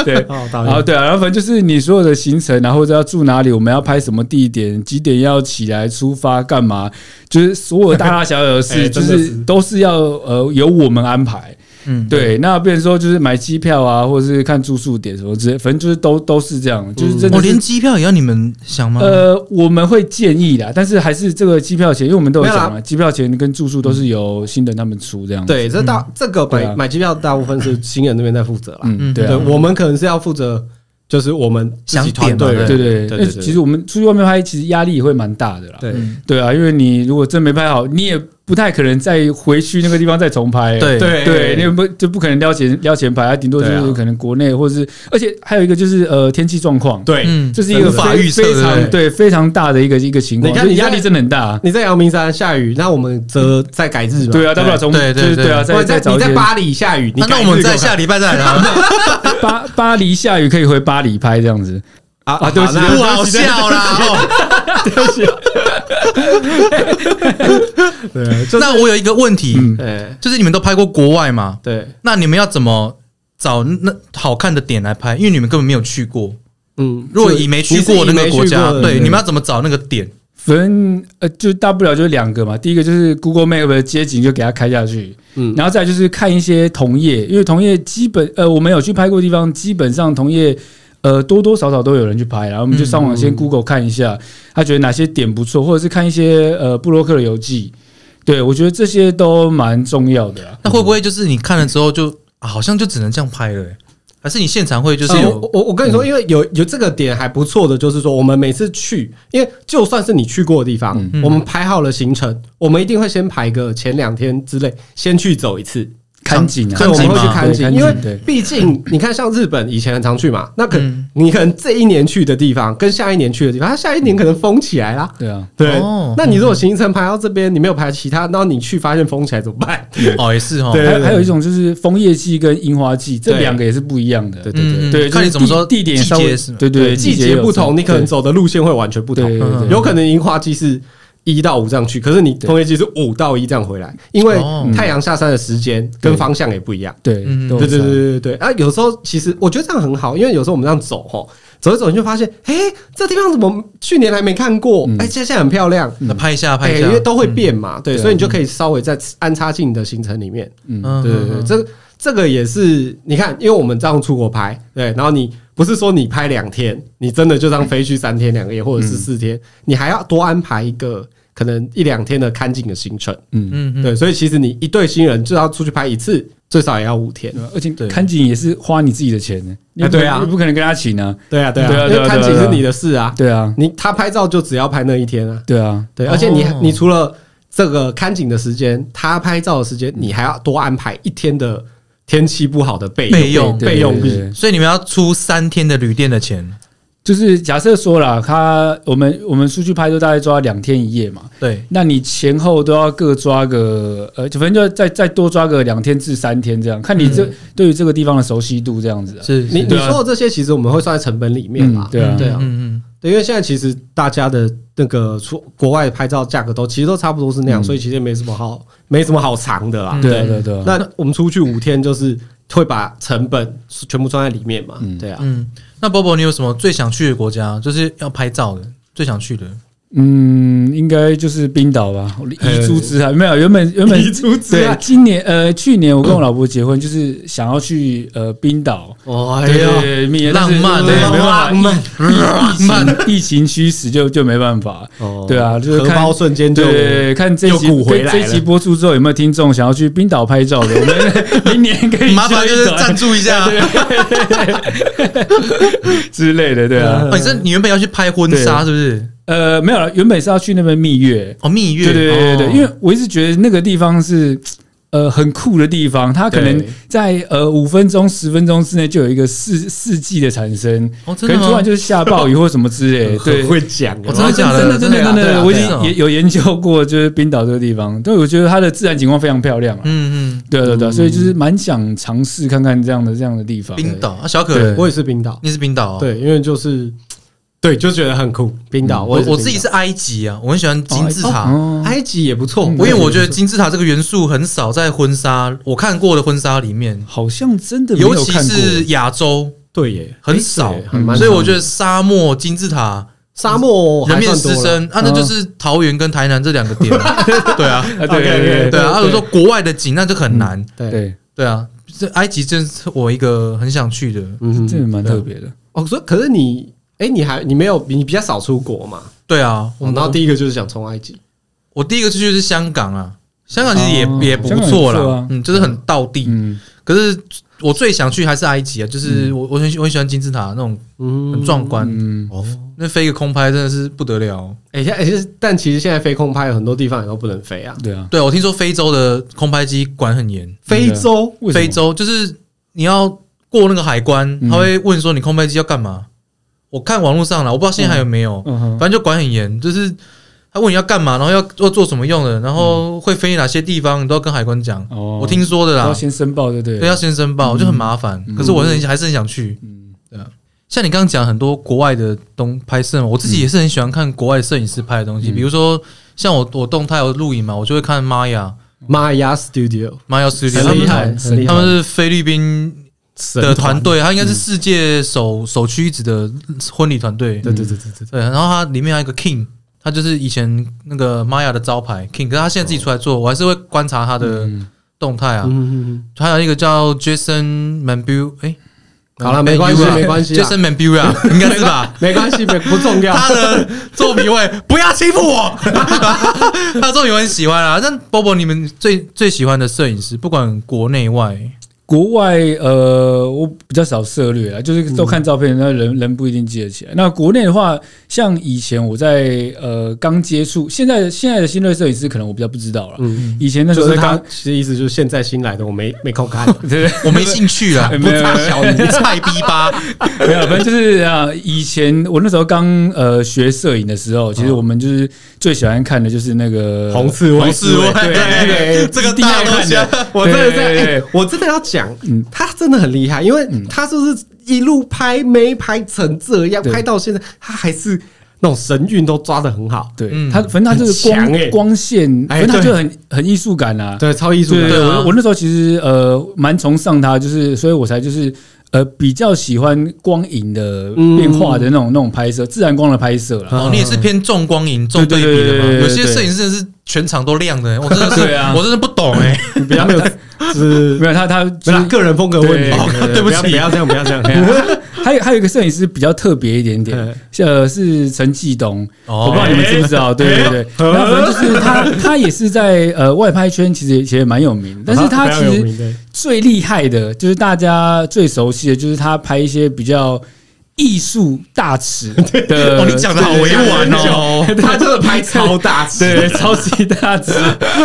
对。哦，导然后演，对啊，然后反正就是你所有的行程，然后或者要住哪里，我们要拍什么地点，几点要起来出发，干嘛，就是所有大大小小的哎事，就真的是是都是要呃由我们安排。嗯，对，那变成说就是买机票啊，或者是看住宿点什么之类，反正就是都都是这样，就是嗯我真的是、哦连机票也要你们想吗？呃，我们会建议啦，但是还是这个机票钱，因为我们都有没有啦讲了，机票钱跟住宿都是由新人他们出这 样。，对，这大这个对买啊买机票大部分是新人那边在负责啦。嗯，对对，啊。我们可能是要负责，就是我们自己团队想点嘛人，对对对对，对对其实我们出去外面拍，其实压力也会蛮大的啦。对嗯对啊，因为你如果真没拍好，你也不太可能再回去那个地方再重拍。对对对，你不就不可能撩前撩前排，啊顶多就对啊是可能国内或者是，而且还有一个就是呃天气状况，对嗯，这是一个无法非预测非的常对非常大的一个一个情况，你看你就压在力真的很大。你在阳明山下雨，那我们则再改日嘛。对啊，大不了从对就是对对啊，或者在再再找你一在些巴黎下雨，你那那改我日们给在我下礼 拜再来啊，巴巴黎下雨可以回巴黎拍这样子。啊啊对不起好不那好笑啦。哦 对，就是那我有一个问题，嗯哎就是你们都拍过国外嘛？对，那你们要怎么找那好看的点来拍？因为你们根本没有去过。嗯，如果以没去过那个国家，你是以没去过的嗯对，你们要怎么找那个点？反正呃，就大不了就是两个嘛。第一个就是 Google Map 的街景就给它开下去，嗯然后再就是看一些同业，因为同业基本呃，我们有去拍过地方，基本上同业呃多多少少都有人去拍，然后我们就上网嗯先 Google 看一下，他觉得哪些点不错，或者是看一些呃布洛克的游记。对，我觉得这些都蛮重要的啦。那会不会就是你看了之后就啊好像就只能这样拍了、欸？还是你现场会就是呃有嗯我我我跟你说，因为有有这个点还不错的，就是说我们每次去，因为就算是你去过的地方，嗯我们排好了行程，我们一定会先排个前两天之类，先去走一次，看景啊，所以我们嗯景会去嘛看景，因为对毕竟你看，像日本以前很常去嘛，那可嗯你可能这一年去的地方跟下一年去的地方，它下一年可能封起来啦。对啊，对哦，那你如果行程排到这边，你没有排其他，然后你去发现封起来怎么办？哦也是哦，对还有还有一种就是枫叶季跟樱花季，这两个也是不一样的。对嗯，嗯对，看你就是怎么说，地地点季稍微节是吗对对，季也节有不差同，你可能走的路线会完全不对对同。嗯对对，有可能樱花季是一到五这样去，可是你对枫叶季是五到一这样回来，因为哦太阳下山的时间跟方向也不一样。对嗯都有对对差对对对对啊！有时候其实我觉得这样很好，因为有时候我们这样走吼，走一走你就发现，哎，这地方怎么去年还没看过？嗯哎，现在很漂亮，那拍一下哎，拍一下，因为都会变嘛，对，对啊所以你就可以稍微再安插进你的行程里面。嗯，对对对，这个这个也是你看，因为我们这样出国拍，对，然后你不是说你拍两天，你真的就这样飞去三天两夜或者是四天，你还要多安排一个可能一两天的看景的行程，嗯嗯，对，所以其实你一对新人就要出去拍一次，最少也要五天，对啊而且对看景也是花你自己的钱呢，你不啊对啊你不可能跟他请啊，对啊对嗯啊，对啊因对为啊看景对啊是你的事啊，对啊，你他拍照就只要拍那一天啊，对啊，对，哦而且你你除了这个看景的时间，他拍照的时间，你还要多安排一天的天气不好的备备用对备用对日对。对所以你们要出三天的旅店的钱，就是假设说啦，他我们我们出去拍都大概抓两天一夜嘛，对，那你前后都要各抓个呃，就反正就再再多抓个两天至三天这样，看你这嗯对于这个地方的熟悉度这样子啊。是你是你对啊说的这些，其实我们会算在成本里面嘛嗯？对啊对啊，嗯对，因为现在其实大家的那个出国外拍照价格都其实都差不多是那样，所以其实也没什么好没什么好藏的啦。嗯嗯对啊，对啊，对啊，那我们出去五天就是会把成本全部装在里面嘛？对啊嗯，嗯。那 Bobo，你有什么最想去的国家？就是要拍照的，最想去的嗯，应该就是冰岛吧，我遗珠之海没有，原本原呃本遗珠之海对，今年呃去年我跟我老婆结婚，就是想要去呃冰岛，哦，哎对呦啊对对，蜜月浪漫但是浪对，没漫办法，疫疫情 疫情驱使就就没办法，哦对啊，就是荷看包瞬间就对，看这一集又鼓回来了这一集播出之后，有没有听众想要去冰岛拍照的？我们 明年可以麻烦就是揪一团赞助一下。之类的，对啊， 哦你是你原本要去拍婚纱是不是？呃，没有了，原本是要去那边蜜月，哦，蜜月，对对对对哦对，因为我一直觉得那个地方是呃很酷的地方，它可能对在呃五分钟、十分钟之内就有一个四四季的产生，哦真的可吗哦能突然就是下暴雨或什么之类 的，对很。会讲，我真的假真的真的对真啊对啊的，我已对啊经也有研究过，就是冰岛这个地方，对我觉得它的自然景观非常漂亮啊。嗯对对对，所以就是蛮想尝试看看这样的这样的哦地嗯，方。冰岛啊，小对可，我也是冰岛，你是冰岛哦，对，因为就是对，就觉得很酷。冰岛，我也嗯我自己冰是埃及啊，我很喜欢金字塔。哎岛哦，埃及也不错，嗯我因为我觉得不错金字塔这个元素很少在婚纱，我看过的婚纱里面，好像真的没尤有其看过。是亚洲对耶，很少对，很蛮所以我少觉得沙漠、金字塔、沙漠人还面算多狮了。身啊，嗯那就是桃园跟台南这两个 点啊。对啊，啊，对 OK，OK，对对对嗯啊。啊，如果说国外的景，那就很难。对，对，对啊，这埃及真是我一个很想去的。嗯真的蛮对啊特别的。哦，所以可是你，哎，你还你没有，你比较少出国嘛？哦对啊，我然后第一个就是想冲埃及，我第一个去就是香港啊，香港其实也哦也不错香港也不错啦啊，嗯，就是很道地。嗯，可是我最想去还是埃及啊，就是我我很喜我很喜欢金字塔那种嗯很壮观，嗯，哦。那飞一个空拍真的是不得了。哎，现在哎但其实现在飞空拍有很多地方也都不能飞啊。对啊，对，我听说非洲的空拍机管很严，非洲为什么非洲就是你要过那个海关，嗯他会问说你空拍机要干嘛。我看网络上了，我不知道现在还有没有，嗯哼，反正就管很严，就是他问你要干嘛，然后要要做什么用的，然后会飞哪些地方，你都要跟海关讲。嗯哦我听说的都啦要，先申报，对对？啊对，要先申嗯报，就很麻烦。可是我是很还是很想去。啊嗯，像你刚刚讲很多国外的东拍摄嘛，我嗯自己也是很喜欢看国外摄影师拍的东西，比如说像我我动态有录影嘛，我就会看 Maya Maya Studio Maya Studio，他啊很厉们害，很厉他害们是菲律宾神的嗯团队，他应该是世界首首屈一指的婚礼团队。对对对对对，对，然后它里面还有一个 King，他就是以前那个 Maya 的招牌 King，可是他现在自己出来做，我还是会观察他哦的嗯动态啊。嗯，还有一个叫 Jason Manbu，哎、好了没关系 Manbura 没关系啦啊，Jason Manbu 啊，应该是吧？ 没关系，没不重要。他 的作品会不要欺负我， 他的作品我很喜欢啊。但 Bobo，你们最最喜欢的摄影师，不管国内外，国外呃，我比较少涉猎啦，就是都看照片，那人人不一定记得起来。那国内的话，像以前我在呃刚接触，现在现在的新锐摄影师可能我比较不知道了。嗯，以前那时就候是他刚， 其实意思就是现在新来的，我没没空看。对对我没兴趣啦，对不没有差小你菜逼吧？没有，反正就是啊，以前我那时候刚呃学摄影的时候，其实我们就是最喜欢看的就是那个哦红刺猬， 红刺猬 对对对，这个一定大要家都看喜欢的。我真的对对在，对哎我真的要讲嗯，他真的很厉害，因为他就是一路拍没拍成这样，对拍到现在他还是那种神韵都抓的很好，对嗯他，反正他这个很强光、欸光线，哎反正他对就很很艺术感啊。对，超艺术对感。对啊我我那时候其实呃蛮崇尚他，就是所以我才就是呃比较喜欢光影的嗯变化的那种、那种拍摄，自然光的拍摄啦。哦，你也是偏重光影、重对比的嘛？有些摄影师真的是全场都亮的，我真的是，对啊我真的不懂哎、比较没有，就是没有他他不就是是啦个人风格问题对。哦对对不啊起要不要这样，不要这样。 还有还有一个摄影师比较特别一点点，呃，是陈继东，哦嗯我不知道你们知不知道？对对 对，哎然后反正就是他，他也是在呃外拍圈其实也其实蛮有名，但是啊他非其常有实名对最厉害的就是大家最熟悉的就是他拍一些比较艺术大尺 的，哦，你讲的好委婉哦，他真的拍超 大尺，对，超级大只，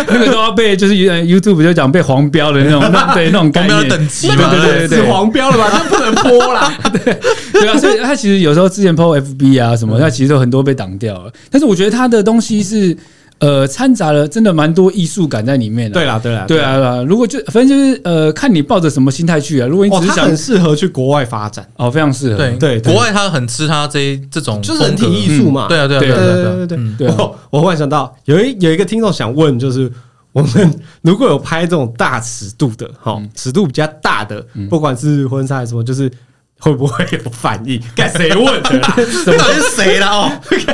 那个都要被就是呃 YouTube 就讲被黄标的那种，那对那种概黄标念的等级对嘛对对对是对，黄标了吧？这不能播啦。 对啊，所以他其实有时候之前 PO FB 啊什么，他其实都很多被挡掉了。但是我觉得他的东西是呃掺杂了真的蛮多艺术感在里面的。 对啦，对啦，对啊，对啊，如果就反正就是呃，看你抱着什么心态去啊。如果你哦，只是他想很适合去国外发展，哦，非常适合。对对对国外他很吃他这一这种就是人体风格艺术嘛。对啊对啊对啊对对啊对对对嗯对啊我我忽然想到，有一有一个听众想问，就是我们如果有拍这种大尺度的，哈，尺度比较大的，不管是婚纱还是什么，就是会不会有反 应？看谁问的啦？这 到底是谁啦？哦，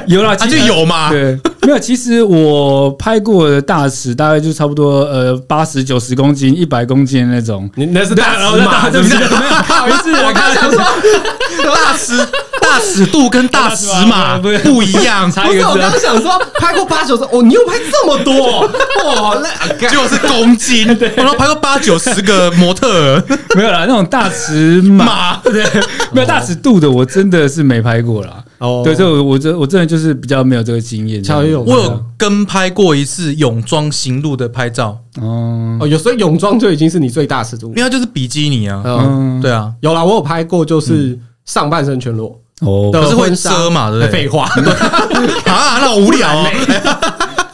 有啦，他其就实有嘛，对，没有。其实我拍过的大尺大概就差不多呃八十九十公斤、一百公斤的那种。你那是大然后尺码，对是不不是起，？ 没有不好意思，啊我刚想说 大尺大尺度跟大尺码啊不是不一样，差不一是，个我字刚啊。刚想说拍过八九十，哦，你又拍这么 多，哇，那结果是公斤， 我都拍过八九十个模特 儿没有啦，那种大尺码，马，对，没有大尺度的，我真的是没拍过啦。哦对，所以我我真我真的就是比较没有这个经验。乔伊泳我有跟拍过一次泳装行路的拍照，哦，哦，有时候泳装就已经是你最大尺度因为。它就是比基尼啊，嗯，嗯，对啊，有啦，我有拍过，就是上半身全裸，哦，的嗯可是会婚纱哎遮嘛，对不对？废 话，啊，那好无聊 哦。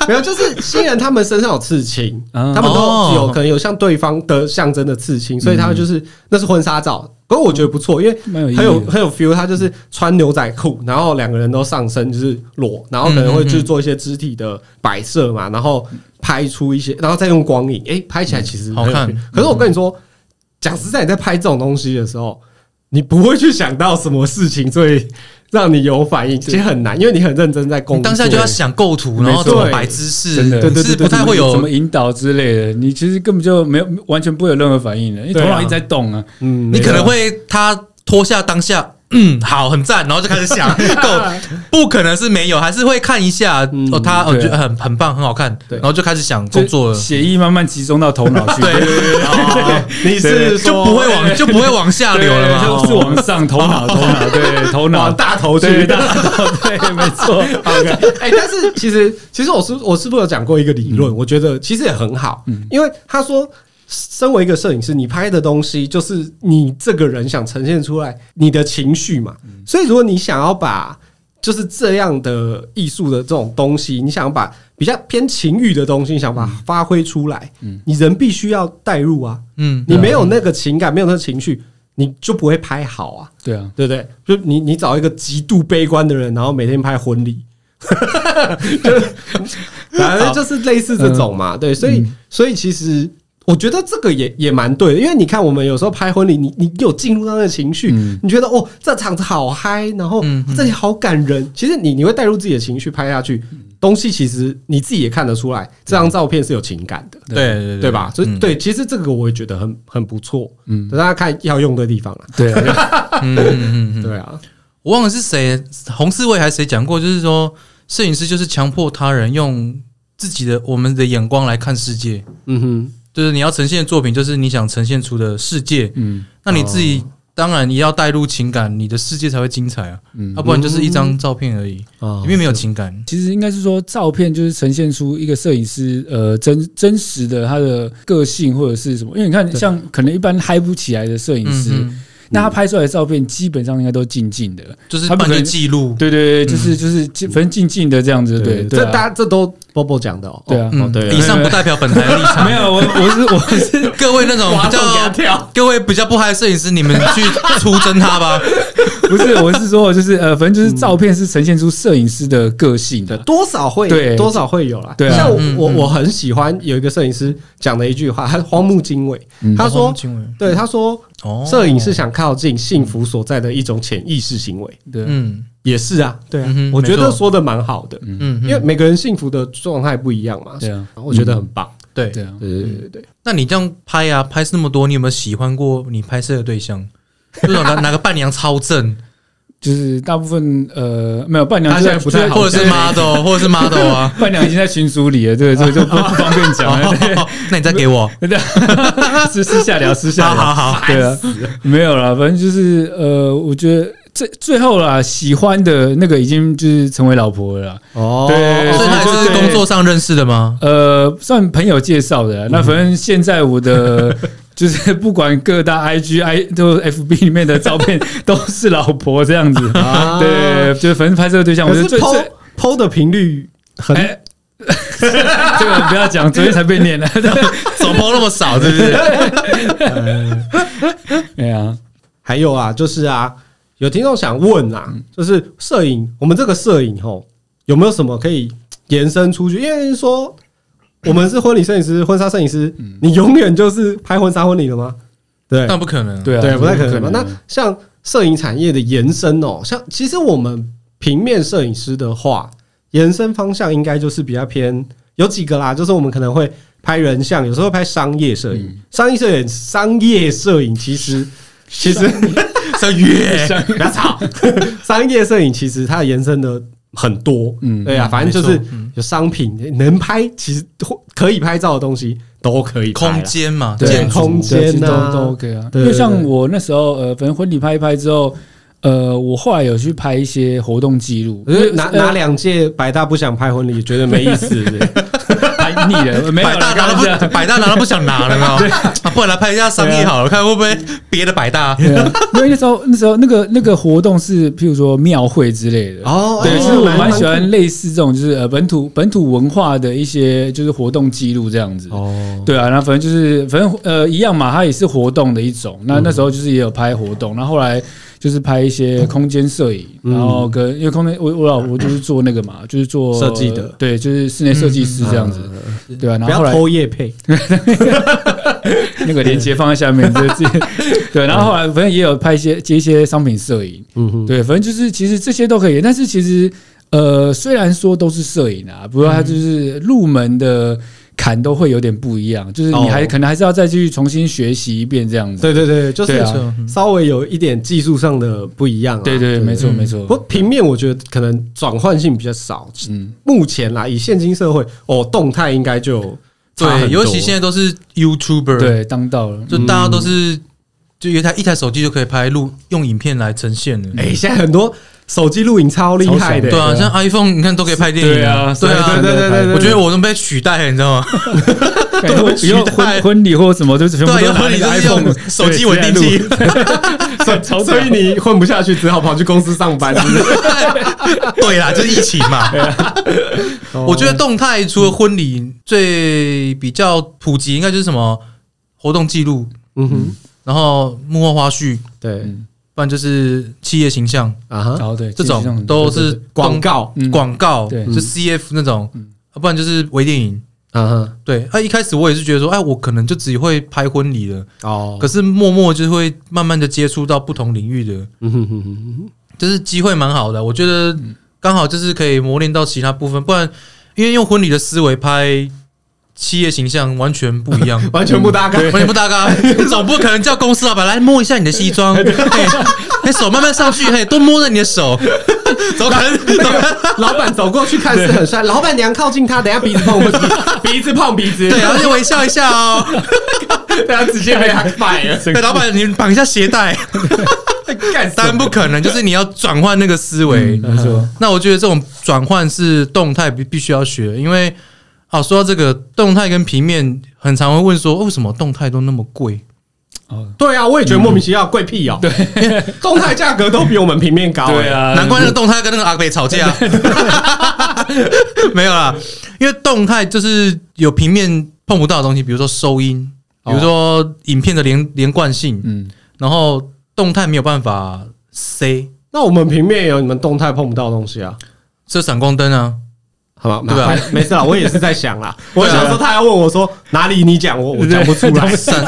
没有，就是新人他们身上有刺青，嗯他们哦都有可能有像对方的象征的刺青，所以他就是那是婚纱照，可是我觉得不错，因为嗯蛮有意义的很有很有 feel。他就是穿牛仔裤，然后两个人都上身就是裸，然后可能会嗯嗯嗯去做一些肢体的摆设嗯嘛，然后拍出一些，然后再用光影，诶，拍起来其实很有嗯好看 feel 可是我跟你说，讲实在，你在拍这种东西的时候，你不会去想到什么事情最让你有反应，其实很难，因为你很认真在工作，当下就要想构图，然没错后怎么摆姿势，真的对对对是不太会什有么。引导之类的，你其实根本就没有完全不会有任何反应的，因为对啊头脑一直在动啊。嗯，你可没能错会他脱下当下，嗯，好，很赞，然后就开始 想够，不可能是没有，还是会看一下嗯哦，他我对啊觉得很很棒，很好看，对然后就开始想工作就了。血液慢慢集中到头脑去，对对对对哦你是说对就不会往就不会往下流了对嘛。就是往上头脑，头脑，对，头脑往大头对去？大头，对，没错。哎、但是其实其实我师我师傅有讲过一个理论，我觉得其实也很好，因为他说。身为一个摄影师，你拍的东西就是你这个人想呈现出来你的情绪嘛。所以，如果你想要把就是这样的艺术的这种东西，你想把比较偏情欲的东西，你想把它发挥出来，你人必须要带入嗯啊。嗯，你没有那个情感，没有那个情绪，你就不会拍好啊。对啊，对不对？就你你找一个极度悲观的人，然后每天拍婚礼， 就反正就是类似这种嗯嘛。对，所以所以其实我觉得这个也也蛮对的，因为你看我们有时候拍婚礼，你你有进入到那个情绪，嗯你觉得哦这场子好嗨，然后嗯嗯这里好感人，其实你你会带入自己的情绪拍下去，东西其实你自己也看得出来，这张照片是有情感的。对对对对吧？所以嗯对，其实这个我也觉得很很不错，嗯大嗯，家看要用的地方了，对啊，嗯嗯嗯嗯，对啊，我忘了是谁，洪世卫还是谁讲过，就是说摄影师就是强迫他人用自己的我们的眼光来看世界，嗯哼，就是你要呈现的作品，就是你想呈现出的世界。嗯那你自哦己当然也要带入情感，你的世界才会精彩啊，嗯要、，不然就是一张照片而已，啊里面没有情感。其实应该是说，照片就是呈现出一个摄影师呃真真实的他的个性或者是什么，因为你看像可能一般嗨不起来的摄影师，嗯，那他拍出来的照片基本上应该都静静的，就是他不半可个能记录。对对对，就是就是静反正静静的这样子，对对这大家啊，这都 Bobo 讲的哦。对啊哦哦对啊，嗯以上不代表本台立 场。没有我我是我是各位那种比较，跳，各位比较不嗨的摄影师，你们去出征他吧。不是我是说就是呃，反正就是照片是呈现出摄影师的个性啊对，的，多少会对多少会有啦。对啊像我嗯我嗯我很喜欢有一个摄影师讲的一句话，他荒木经惟， 嗯他说，对他说，哦摄影是想靠近幸福所在的一种潜意识行为，对啊，嗯也是啊，对啊嗯哼，我觉没得错说的蛮好的，嗯，因因为每个人幸福的状态不一样嘛，对啊，我觉得很棒。对对啊，对对对对对，那你这样拍啊，拍那么多，你有没有喜欢过你拍摄的对象？就是哪哪个伴娘超正，就是大部分呃没有伴娘他就现在不太好啊或者是对 model，或者是 model 啊？伴娘已经在群组里了，对，所以就不不方便讲了。对哦，那你再给我，对， 私私下聊，私下好好聊，好，对啊，没有啦，反正就是呃，我觉得最最后啦，喜欢的那个已经就是成为老婆了啦，哦对所以他也是工作上认识的 吗？呃，算朋友介绍的啦。嗯那反正现在 我的就是不管各大 IG、I 都 FB 里面的照片都是老婆这样子， 啊嗯对，就是反正拍摄对象，我可觉是得最最 PO PO 的频率很哎。 这个不要讲，昨天才 被念了。怎么包那么少，是不是？对啊，还有啊，就是啊，有听众想问啊，就是摄影，我们这个摄影吼，有没有什么可以延伸出去？因为说我们是婚礼摄影师、婚纱摄影师，你永远就是拍婚纱婚礼的吗？对那不可能，对啊，对，不太怎可么能嘛。那像摄影产业的延伸哦，像其实我们平面摄影师的话，延伸方向应该就是比较偏有几个啦，就是我们可能会拍人像，有时候拍商业摄影，商业摄影，商业摄影其实其实。这月 不要吵。 商业摄影其实它的延伸的很多，嗯，嗯对啊，嗯反正就没是错嗯有商品能拍，其实可以拍照的东西都可以拍啦空，间嘛，对建对，筑空间对其实都啊都 OK 啊。对因为像对我那时候呃，反正婚礼拍一拍之后，呃，我后来有去拍一些活动记录，我觉得哪呃哪两届百大不想拍婚礼，觉得没意思。 拍腻 了，没有百大啦拿刚刚这样了不，百大拿了不想拿了嘛？啊，不然来拍一下商业好了，看会不会别的百大对啊，因为那时候那时候那个那个活动是，譬如说庙会之类的。哦对，哎其实我蛮蛮喜欢类似这种，就是呃本土本土文化的一些就是活动记录这样子。哦，对啊，那反正就是反正呃一样嘛，它也是活动的一种。嗯那那时候就是也有拍活动，那后来就是拍一些空间摄影，嗯然后跟因为空间我我老婆就是做那个嘛，就是做设计的嗯对，就是室内设计师这样子，对啊，然不后后要来偷夜配，那个链接放在下面，就 自己对。然后后来反正也有拍一些接一些商品摄影，嗯哼，对，反正就是其实这些都可以，但是其实呃，虽然说都是摄影啊，不过嗯它就是入门的坎都会有点不一样，就是你还、哦可能还是要再去重新学习一遍这样子。对对对，就对是啊稍微有一点技术上的不一样啊。对对对，没错嗯没错不。过平面我觉得可能转换性比较少，嗯，目前啦，以现今社会，哦，动态应该就差对，很多尤其现在都是 YouTuber，，对，当到了。就大家都是就一台一台手机就可以拍录用影片来呈现的。哎、现在很多手机录影超厉害的、欸对啊，对啊像 iPhone 你看都可以拍电影对对啊。对对对对我觉得我都被取代了，你知道吗？感觉都取以后代婚婚礼或什么，就是全部对啊，都有拿婚那礼就个是 iPhone 用手机稳定器，所以超屌 所以你混不下去，只好跑去公司上班，是不是？ 对啦，就是疫情嘛。哦我觉得动态除了婚礼最比较普及，应该就是什么活动记录，嗯哼，然后幕后花絮，对嗯不然就是企业形象啊哈，哦对，这其实种都是广告嗯广告，对就 CF 那种，啊不然就是微电影。啊哈，对，啊，一开始我也是觉得说，哎，我可能就只会拍婚礼了，哦， 可是默默就会慢慢的接触到不同领域的，嗯哼哼哼就是机会蛮好的，我觉得刚好就是可以磨练到其他部分，不然因为用婚礼的思维拍企业形象完全不一样。哼 完全不搭嘎，完全不 搭嘎，你总不可能叫公司老板来摸一下你的西装，嘿， 嘿手慢慢上去，嘿，多摸着你的手， 怎么可 能？怎么可能老板走过去看似很帅，老板娘靠近他，等下鼻子碰鼻，鼻子碰鼻子，对，然后就微笑一 下哦。等下直接被 他摆了，对，老板，你绑一下鞋带，干什当然么？不可能，就是你要转换那个思维。嗯没错，那我觉得这种转换是动态必必须要学的，因为啊，说到这个动态跟平面，很常会问说，为什么动态都那么贵？哦，对啊，我也觉得莫名其妙，贵屁哦！对，动态价格都比我们平面高，哎，对啊，难怪那个动态跟那个阿北吵架。 没有啦，因为动态就是有平面碰不到的东西，比如说收音，比如说影片的连连贯性，哦嗯，然后动态没有办法塞，那我们平面也有你们动态碰不到的东西啊。这闪光灯啊，好吧，对啊麻烦没事啦，我也是在想啦。 对我啊想说，他要问我说哪里你讲我， 我讲不出来。 闪，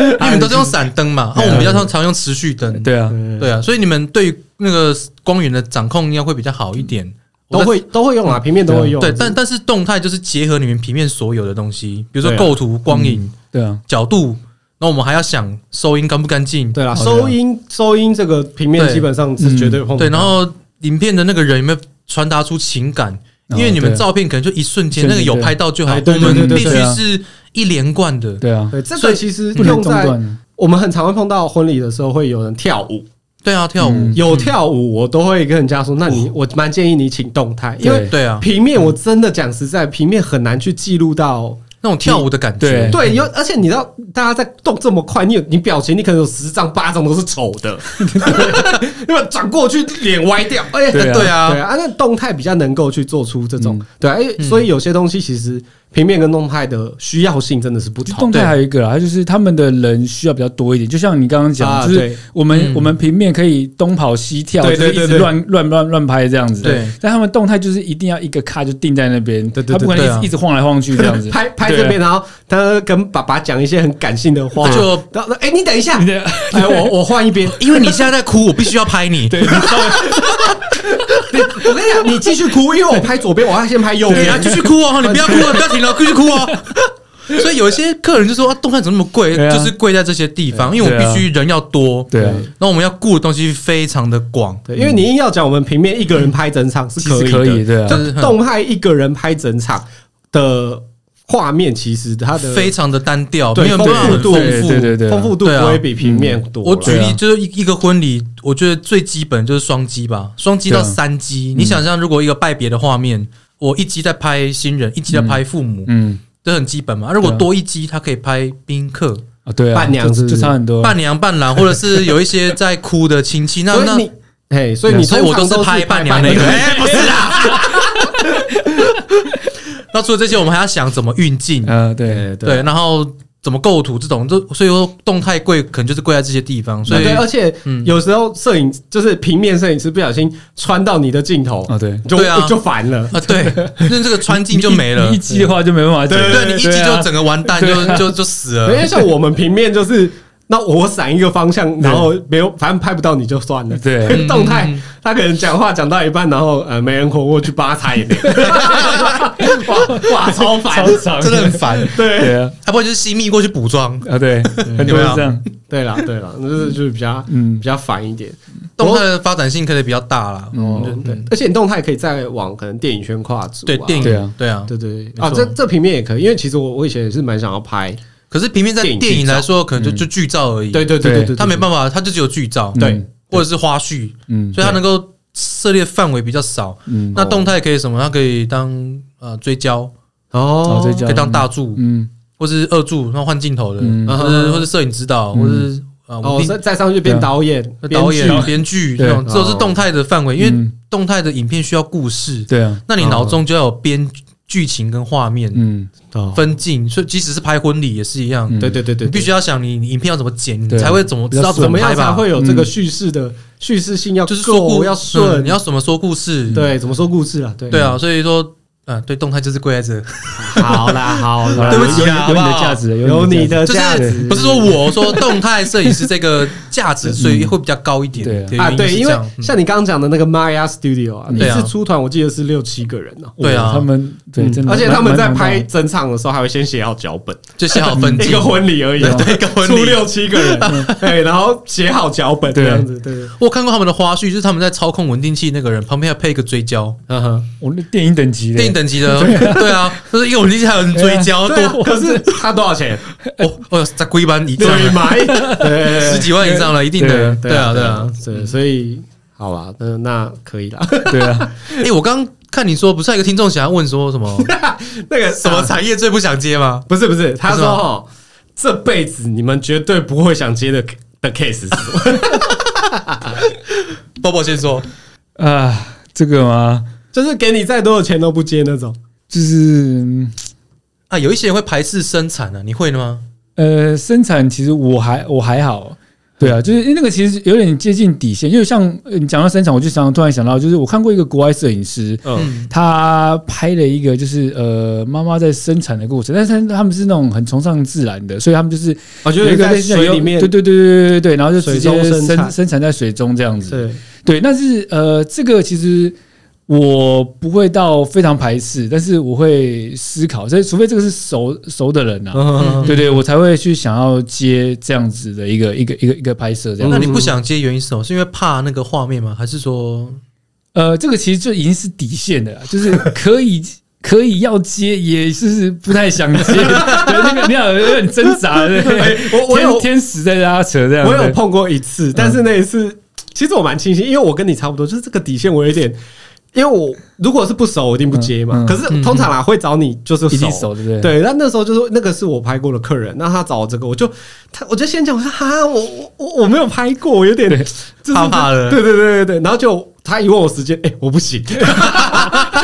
因为你们都是用闪灯嘛，啊那、我们比较常常用持续灯，对啊，对啊，所以你们对于那个光源的掌控应该会比较好一点，都会都会用啊，平面都会用。对，但但是动态就是结合你们平面所有的东西，比如说对啊构图、光影、对啊，角度，那我们还要想收音干不干净，对啦，啊好的收音收音这个平面啊对嗯基本上是绝对碰不到对，然后影片的那个人有没有传达出情感？哦因为你们对啊照片可能就一瞬间，瞬那间个有拍到就好，对我对对们对必须对啊是一连贯的。对啊，对这所个以其实不能用中在断。我们很常会碰到婚礼的时候会有人跳舞，对啊，跳舞嗯，有跳舞我都会跟人家说，那你我蛮建议你请动态，因为对哦对啊，平面我真的讲实在，平面很难去记录到那种跳舞的感觉对，对，有而且你知道，大家在动这么快，你有你表情，你可能有十张八张都是丑的， 因为转过去脸歪掉，哎、对啊对啊对，啊，那动态比较能够去做出这种，嗯对、啊，哎、所以有些东西其实平面跟动态的需要性真的是不就同动态还有一个啦，它就是他们的人需要比较多一点，就像你刚刚讲，啊就是对我们、嗯我们平面可以东跑西跳，对就是对对一直对乱乱乱乱拍这样子。对，但他们动态就是一定要一个卡就定在那边，对对对他不可能一对啊直一直晃来晃去这 样子。拍拍对啊这边，然后他跟爸爸讲一些很感性的话，就然后哎、你等一下 你，的啊哎，我我换一边，因为你现在在哭，我必须要拍你。 对，你稍微我跟你讲，你继续哭，因为我拍左边，我要先拍右对边，啊，继续哭 哦，你不要哭了，不要停了，继续哭哦。 所以有一些客人就说啊，动态怎么那么贵？对啊就是贵在这些地方，因为我对啊必须人要多，对啊，那我们要顾的东西非常的广，对，因为你硬要讲我们平面一个人拍整场是其实可以可的以，对啊就，是动态一个人拍整场的画面其实它的非常的单调，对没有办法丰富很度丰富。对对对啊丰富度不对啊会比平面多啦。我举对例啊就是一一个婚礼，我觉得最基本就是双击吧，双击到对啊三击。你想象如果一个拜别的画面，我一击在拍新人，一击在拍父母，嗯这很基本嘛。如果对啊多一击，他可以拍宾客、啊，对啊，伴娘就是不是就差很 多，伴娘、伴郎，或者是有一些在哭的亲戚。那所以那啊你，嘿，所以你所以我通都常是是拍伴伴娘那个，娘哎，不是啦。那除了这些，我们还要想怎么运镜，呃，对对对，然后怎么构图这种，就所以说动态柜可能就是柜在这些地方，所以嗯对，而且有时候摄影就是平面摄影师不小心穿到你的镜头，哦对，就对啊就烦了。啊，对，那这个穿进就没了你一，击的话就没办法剪，对你一击啊就整个完蛋，就就就死 因了为。像我们平面就是，那我闪一个方向，然后没有，反正拍不到你就算了。对动态嗯，他可能讲话讲到一半，然后呃没人活过去帮他擦眼 泪，哇哇超烦，超长，真的很烦，对对啊，要不然就是西密过去补妆，啊对，很有多没有是这样，对啦对啦，就是就是比较比嗯，较烦一点。动态的发展性可能比较大啦。哦嗯，对，而且你动态可以再往可能电影圈跨足啊，对，电对啊影，对啊，对对对没啊，错这这平面也可以，因为其实我我以前也是蛮想要拍，可是平面在电影电影剧照来说，可能就就剧照而已，对对对对对，他没法，办法，他就只有剧照，嗯对，或者是花絮，嗯所以他能够涉猎范围比较少。嗯，那动态可以什么？它可以当呃追焦，哦哦这可以当大助，嗯或是二助，然后换镜头的，嗯或者或者摄影指导，或是啊哦，我再再上去变对啊导演、导编演、剧哦编剧对这种，这都是动态的范围，因为嗯动态的影片需要故事，对啊，那你脑中就要有编剧情跟画面嗯哦，分镜，所以即使是拍婚礼也是一样，嗯对对对对，你必须要想你你影片要怎么剪，你对啊才会怎么知道要怎怎么么拍样才吧？会有这个叙事的叙事性要就是说故够要顺，嗯你要怎么说故事？对怎么说故事啊？对对，啊，所以说，嗯，对，动态就是跪在这，好啦好啦，对不起有啊好不有你的好价值，有你的就价值，呃价值是不是说我我说动态摄影师这个价值，所以会比较高一点对啊的原啊？是对，因这为样嗯像你刚刚讲的那个 Maya Studio 啊，一对啊次出团我记得是六七个人哦。对啊他们对，嗯真的，而且他们在拍蛮，整场的时候，还会先写好脚本，就写好 分一镜个。婚礼而已哦，对对一个婚礼出六七个人，对，然后写好脚本这对样子，对对，我看过他们的花絮，就是他们在操控稳定器那个人旁边还配一个追焦，嗯哼。我那电影等级的电影等级的，对啊，就是因为稳定器还有人追焦，对啊多，可是他多少钱？哦哦，在规班以上对了，买，对十几万以上了，一定的，对啊对啊。，对，所以好吧，那那可以啦。 对啊，哎，我刚看你说，不是还有一个听众想要问说什么那个什么产业最不想接吗？不是不是，他啊不是说吗哦，这辈子你们绝对不会想接的的 case 是什么？波波先说，啊，这个嘛，就是给你再多的钱都不接那种。就是嗯啊，有一些人会排斥生产啊，你会的吗？呃，生产其实我还我还好，对啊，就是因为那个其实有点接近底线，因为像呃你讲到生产，我就想突然想到，就是我看过一个国外摄影师，嗯，嗯，他拍了一个就是呃妈妈在生产的过程，但是他们是那种很崇尚自然的，所以他们就是我觉有得一个在类似水里面对，对对对对对，然后就直接水中生产生生产在水中这样子，对，对，但是呃这个其实。我不会到非常排斥，但是我会思考，所以除非这个是熟熟的人啊，嗯对对，我才会去想要接这样子的一个一个一个一个拍摄这样。那你不想接原因是什么？是因为怕那个画面吗？还是说呃，这个其实就已经是底线的啦，就是可以可以要接，也是不太想 接。对，那个你好像有点挣扎，对 不对？哎我我有天天使在拉扯这样。我有对碰过一次，但是那一次其实我蛮庆幸，因为我跟你差不多，就是这个底线我有点。因为我如果是不熟，我一定不接嘛。嗯嗯可是通常啦，会找你就是一定熟熟，对不对？对，但那时候就是那个是我拍过的客人，那他找我这个，我就他我就先讲，我说哈，我我我我没有拍过，我有点对就是怕怕的对对对对对，然后就他一问我时间，哎、我不 行，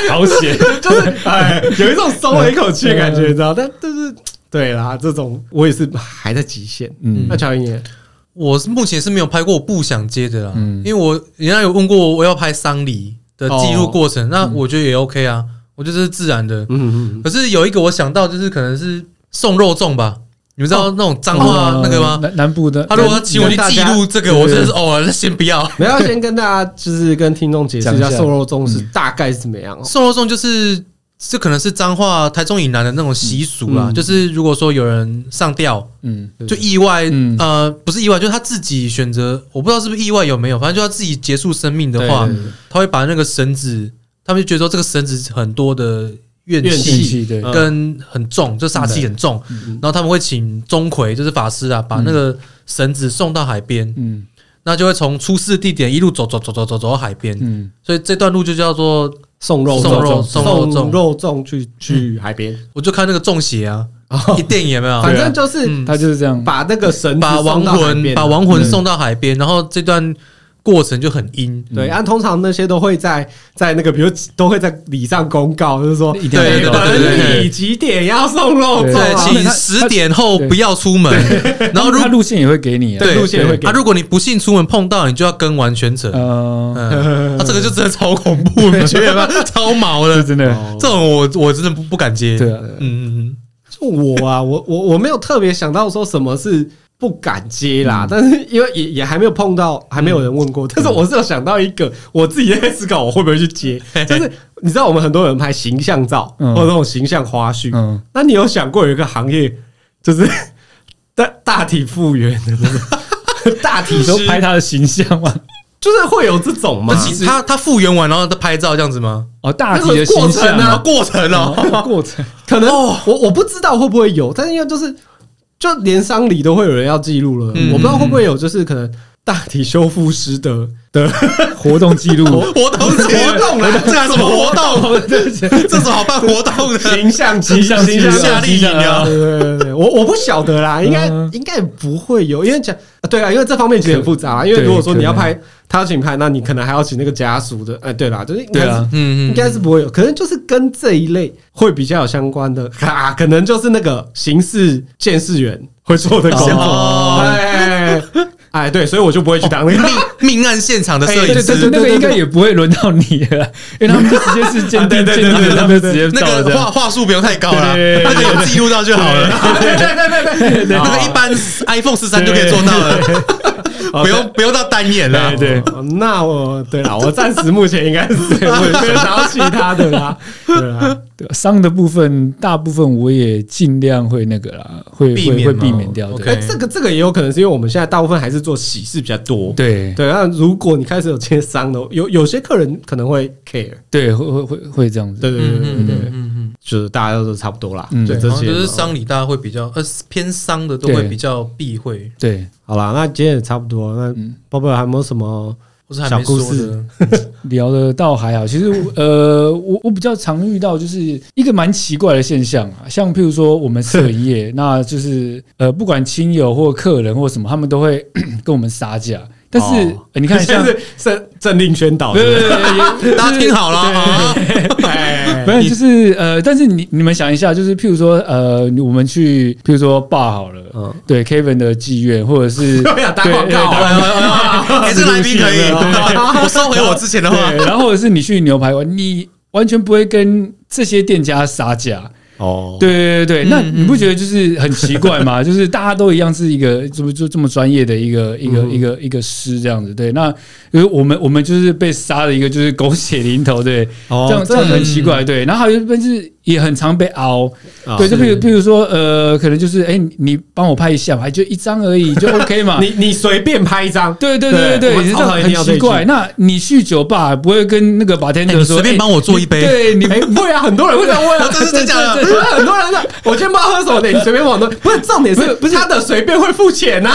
好险，就是哎，有一种松了一口气的感觉，嗯 啊你知道？但就是对啦，这种我也是还在极限。 嗯那乔云也我是目前是没有拍过我不想接的啦，嗯因为我人家有问过我我要拍丧礼的记录过程，那我觉得也 OK 啊，我觉得这是自然的。嗯嗯可是有一个我想到就是可能是送肉粽吧，你们知道那种脏话呃啊那个吗？南南部的，他如果要请我去记录这个，跟大家我真的是哦，那先 不要。没有要先跟大家就是跟听众解释一下讲一下瘦肉粽是嗯大概是怎么样哦。送肉粽就是这可能是彰化台中以南的那种习俗啦，嗯就是如果说有人上吊，嗯就意外，嗯呃，不是意外，就是他自己选择，我不知道是不是意外有没有，反正就他自己结束生命的话，嗯对对对他会把那个绳子，他们就觉得说这个绳子很多的怨怨气气对，跟很重，就杀气很重。然后他们会请钟馗，就是法师啊，把那个绳子送到海边，嗯那就会从出事地点一路走走走走走走到海边。嗯，所以这段路就叫做，送肉送肉送送肉粽嗯肉粽去去海边，我就看那个中邪啊，一电影有没有？反正就是嗯他就是这样，把那个绳子把亡送到海魂边把亡魂送到海边，然后这段过程就很阴。对，啊，通常那些都会在在那个，比如都会在礼上公告，就是说一定要公告对对本对对礼几点要送肉粽对对，啊，请十点后不要出门。然后如他路线也会给你啊，对路线会给啊，如果你不幸出门碰到，你就要跟完全程。呃，嗯，他这个就真的超恐怖，你觉得吗？超毛的是，真的，这种我我真的不不敢接。对啊，嗯，嗯我啊，我我我没有特别想到说什么是不敢接啦，但是因为也也还没有碰到，还没有人问过。但是我是有想到一个，我自己在思考我会不会去接，就是你知道我们很多人拍形象照嗯或者那种形象花絮，嗯，那你有想过有一个行业就是 大大体复原的那种， 大体你都都拍他的形象嘛，就是会有这种嗯吗那？其他他复原完，然后再拍照这样子吗？哦，大体的形象啊，啊，过程哦，哦过程，可能我我不知道会不会有，但是因为就是就连丧礼都会有人要记录了，嗯我不知道会不会有，就是可能大体修复师的的活动记录， 活动活动啊，这还什么活动？这是好办活动 的，形象级形象级形象夏令营啊对，对对对，我我不晓得啦，应该嗯应该不会有，因为讲啊对啊，因为这方面其实很复杂啦，啊因为如果说你要拍他要请拍，那你可能还要请那个家属的，哎，对啦，就是应该对是啊，嗯应该是不会有，可能就是跟这一类会比较有相关的啊，可能就是那个刑事鉴识员会做的工哦作。哎，哎，对，所以我就不会去当那个。命命案现场的摄哎对影对师对，，那个应该也不会轮到你了，因为他们就直接是鉴定鉴定的，他们就直接到那了这个样话。话术不用太高了，对那个有记录到就好了。对对对对对，那个一般 iPhone 十三就可以做到了，不用不用到单眼了。对对，哦那我对啦，我暂时目前应该是我也没有想到其他的啦，对啦， 对伤的部分，大部分我也尽量会那个啦，会避会免会嘛避免掉。 OK 哎，这个这个也有可能是因为我们现在大部分还是做喜事比较多，对对对，那如果你开始有接伤的，有有些客人可能会 care，对，会会会会这样子。对对对对嗯对嗯，嗯就是大家都是差不多啦，嗯就嗯，这好像些就嘛，是丧礼，大家会比较呃偏丧的都会对比较避讳，对，好啦，那今天也差不多。那嗯包贝尔还有没有什么？或是还没小故说的事。聊的倒还好。其实 我呃，我我比较常遇到就是一个蛮奇怪的现象啊，像譬如说我们摄 影业，那就是呃，不管亲友或客人或什么，他们都会 跟我们杀价。但是、哦呃 你看像，是政政令宣导， 对对对 对大家听好了啊，哎不是，就是呃，但是你你们想一下，就是譬如说呃，我们去譬如说爸好了，嗯对 Kevin 的妓院，或 者是不要打广告哎啊，哎哎哎哎这来宾可以，我收回我之前的话。对，然后或者是你去牛排馆，你完全不会跟这些店家杀价。哦，对对对对，那嗯你不觉得就是很奇怪 吗？就是大家都一样是一个这么就这么专业的一个一个、嗯一个一个师这样子，对，那因为我们我们就是被杀了一个就是狗血淋头，对，哦这样这样很奇嗯怪，对，然后还有就是也很常被凹，啊对，就比如比如说呃，可能就是哎、你你帮我拍一下吧，就一张而已，就 OK 嘛，你你随便拍一张，对对对对对我对，们这超哦样讨厌很听到这奇一句怪。那你去酒吧不会跟那个哎 bartender 你说，随便哎帮我做一杯，对你哎，会啊，很多人会这样问啊我。真是真假的 不是很多人的，我今天不知道喝什么的，你随便往那，不是重点是，不是他的随便会付钱呐，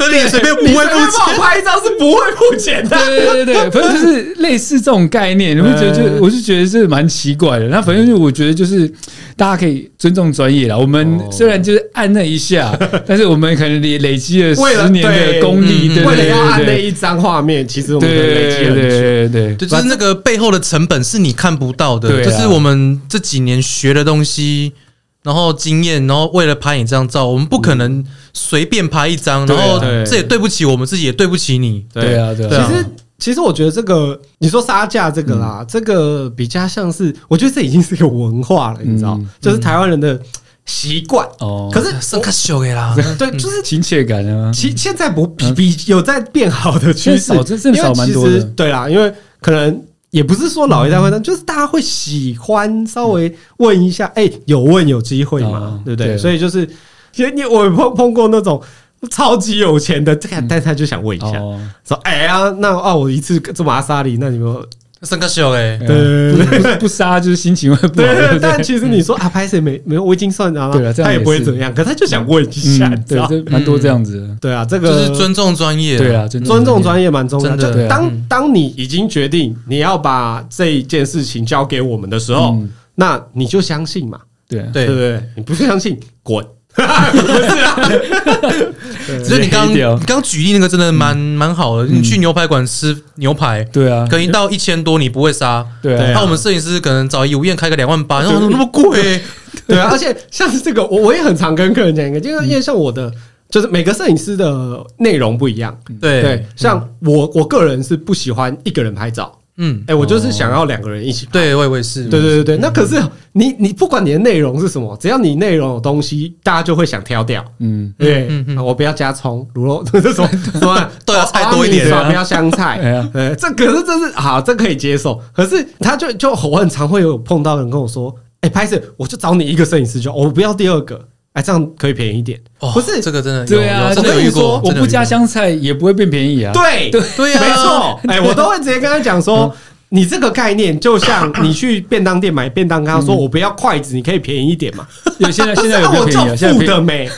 而且随便不你随会便付帮我钱。拍一张是不会付钱的。对对对对，反正就是类似这种概念，你会觉得就我是觉得是蛮奇怪的。那反正就我觉得就是大家可以尊重专业啦。我们哦虽然就是按那一下，但是我们可能累累积了为了十年的对功力，对对为了对要按那对一张画面，其实我们可能累积对很久。对对对对，就是那个背后的成本是你看不到的，对啊就是我们这几年学的东西，然后经验，然后为了拍你这张照，我们不可嗯能随便拍一张，然后对啊对这也对不起我们自己，也对不起你。对啊对对啊其啊嗯实，其实我觉得这个，你说杀价这个啦，这个比较像是，我觉得这已经是一个文化了，你知道嗯，就是台湾人的习惯。哦，嗯可是上卡秀给啦，我，对，就是亲切感啊，其现在不比比有在变好的趋势嗯现在少，真真的少蛮多的嗯因为其实对啦，因为可能。也不是说老一代会，但就是大家会喜欢稍微问一下，哎，有问有机会嘛嗯哦，对不对？对所以就是，其实你我碰碰过那种超级有嗯钱的，但但是他就想问一下，啊哦，说哎呀，那啊，我一次做玛莎里，那你们三个秀哎，对对对不不杀就是心情会不对好，对对，不但对？其实你说啊，拍谁没没有，我已经算了，对啊这样他也也不会是怎样，可他就想问一下，嗯，你知道对，这蛮多这样子的，对啊，这就个是尊重专业，对，啊，真的尊重专业蛮重要。真的就对啊当当你已经决定你要把这一件事情交给我们的时候，嗯那你就相信嘛，对啊，对不对，对？你不相信，滚！ 啊只是你刚黑掉嗯你刚举例那个真的蛮蛮好的，你去牛排馆吃牛排。对啊，可能一到一千多，你不会杀。对对啊，啊那我们摄影师可能找一午宴开个两万八，然后怎么那么贵？对啊，而且像是这个，我我也很常跟客人讲一个，就是因为像我的，就是每个摄影师的内容不一样。嗯对对，，像我我个人是不喜欢一个人拍照，嗯，哎，我就是想要两个人一起。对，嗯我也我也是，对对对对，那可是你你不管你的内容是什么，只要你内容有东西，大家就会想挑掉。嗯，对嗯，嗯啊我不要加葱、卤肉， 这种什么对啊菜多一点哦啊 阿米莎不要香 哎菜呀。呃，这可是这是好，这可以接受。可是他就就我很常会有碰到人跟我说，哎，拍摄我就找你一个摄影师就好，我不要第二个，哎，这样可以便宜一点。哦，不是这个真的有，对啊，有真我的跟有你遇过说，，我真的不有遇加过，香菜也不会变便宜啊，嗯对对对啊没错。哎，我都会直接跟他讲说。你这个概念就 像你去便当店买便当，跟他说我不要筷子，你可以便宜一点嘛。有现在现在 那有比较我就便宜嗯啊，现在付便宜的没，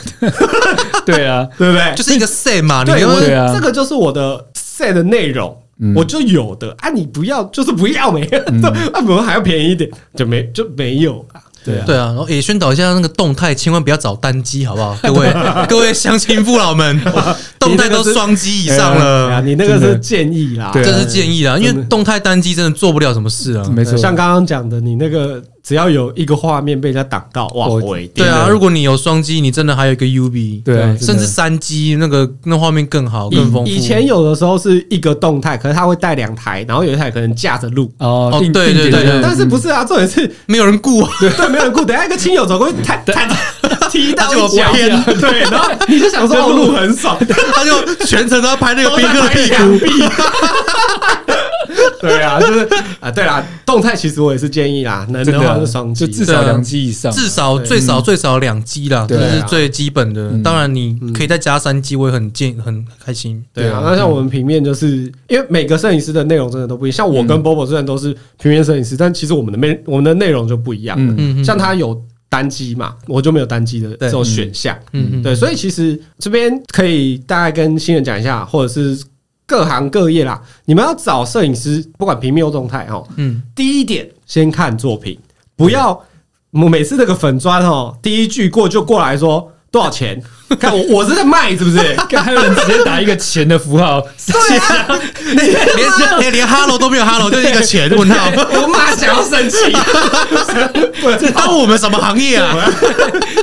对啊，对不对？就是一个 set 嘛，你对，要我对啊这个就是我的 set 的内容，嗯我就有的啊，你不要就是不要没，这 啊，我们还要便宜一点，就没就没有啦。对啊，对啊，然后也宣导一下那个动态，千万不要找单机，好不好？各位各位乡亲父老们，动态都双机以上对啊，了，你那个真的是建议啦，对啊这是建议啦，因真为的动态单机真的做不了什么事啊。没错，嗯像刚刚讲的，你那个只要有一个画面被人家挡到，哇，我我一定对啊，如果你有双机，你真的还有一个 UB，对啊真的甚至三机，那个那画面更好，更丰富。以以前有的时候是一个动态，可是他会带两台，然后有一台可能架着录，哦哦定对定对点对的嗯但是不是啊？重点是没有人顾啊，对，没有人顾。等一下一个亲友走过去，弹弹踢到一脚，对，然后 你就想说哦，录很 爽， 他就全程都要拍那个宾客的屁股。股。 对啊，就是啊，对啦，动态其实我也是建议啦，能真的的话啊是双击就啦，至少两机以上，至少对最少最少两机啦，这对啊是最基本的。嗯当然，你可以再加三机，我也很建很开心。对啊。那嗯像我们平面，就是因为每个摄影师的内容真的都不一样，嗯像我跟 Bobo 虽然都是平面摄影师，但其实我们的内我们的内容就不一样。嗯嗯，嗯像他有单机嘛，我就没有单机的这种选项。嗯嗯，对，所以其实这边可以大概跟新人讲一下，或者是各行各业啦，你们要找摄影师，不管平面或动态哦，嗯，第一点，先看作品，不要我每次那个粉砖哦，第一句过就过来说多少钱？看我我是在卖是不是？刚还有人直接打一个钱的 符号，对啊，连连连 hello 都没有 hello，就是一个钱问号。我马上想要生气，这当我们什么行业啊？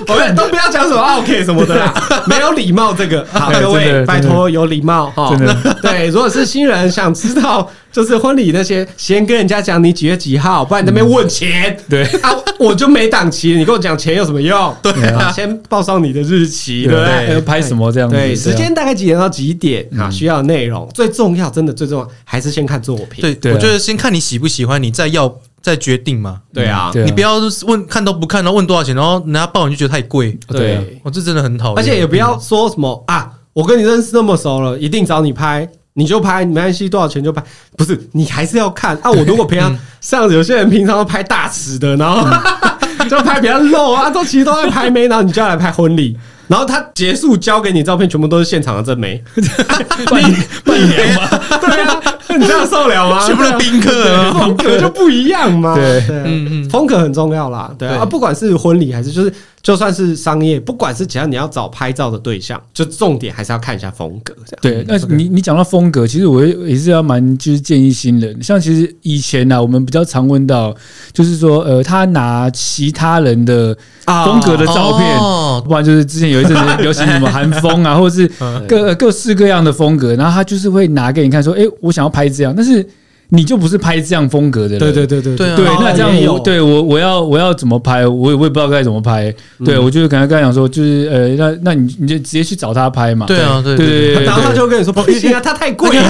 我们都不要讲什么 OK 什么的啦，没有礼貌这个。好，哎各真位的拜托有礼貌哈真。的对，如果是新人想知道就是婚礼那些，先跟人家讲你几月几号，不然你在那边问钱。嗯对啊，我就没档期，你跟我讲钱有什么用？对啊先报上你的日期，对不对？要拍什么这样子，嗯对，时啊间大概几点到几点啊？需要的内容最重要，真的最重要还是先看作品。对，对啊我觉得先看你喜不喜欢，你再要再决定嘛。对啊，对啊你不要问看都不看，然后问多少钱，然后人家报你就觉得太贵，哦对啊对，我这真的很讨厌。而且也不要说什么啊，我跟你认识那么熟了，一定找你拍。你就拍，没关系，多少钱就拍。不是，你还是要看啊。我如果平嗯常像有些人平常都拍大尺的，然后 就拍比较露啊，都其实都在拍妹，然后你就要来拍婚礼，然后他结束交给你照片，全部都是现场的真 眉，你伴娘嘛，对啊，你这样受了吗？全部都宾客对啊啊，风格就不一样嘛。对对啊，嗯嗯风格很重要啦。对啊，对啊不管是婚礼还是就是就算是商业，不管是只要你要找拍照的对象，就重点还是要看一下风格这样。对，那你你讲到风格，其实我也也是要蛮就是建议新人，像其实以前呢、啊，我们比较常问到，就是说呃，他拿其他人的啊风格的照片，哦不然就是之前有一阵子流行什么韩风啊，或者是各各式各样的风格，然后他就是会拿给你看说，哎、我想要拍这样，但是你就不是拍这样风格的人，对对对对对啊对，哦那这也样有我对我我要我要怎么拍？我也我也不知道该怎么拍。对我就是刚才刚才讲说，就是呃，那那你你就直接去找他拍嘛。对啊对对对对对，然后他对 就跟你说不 行啊，他太贵了，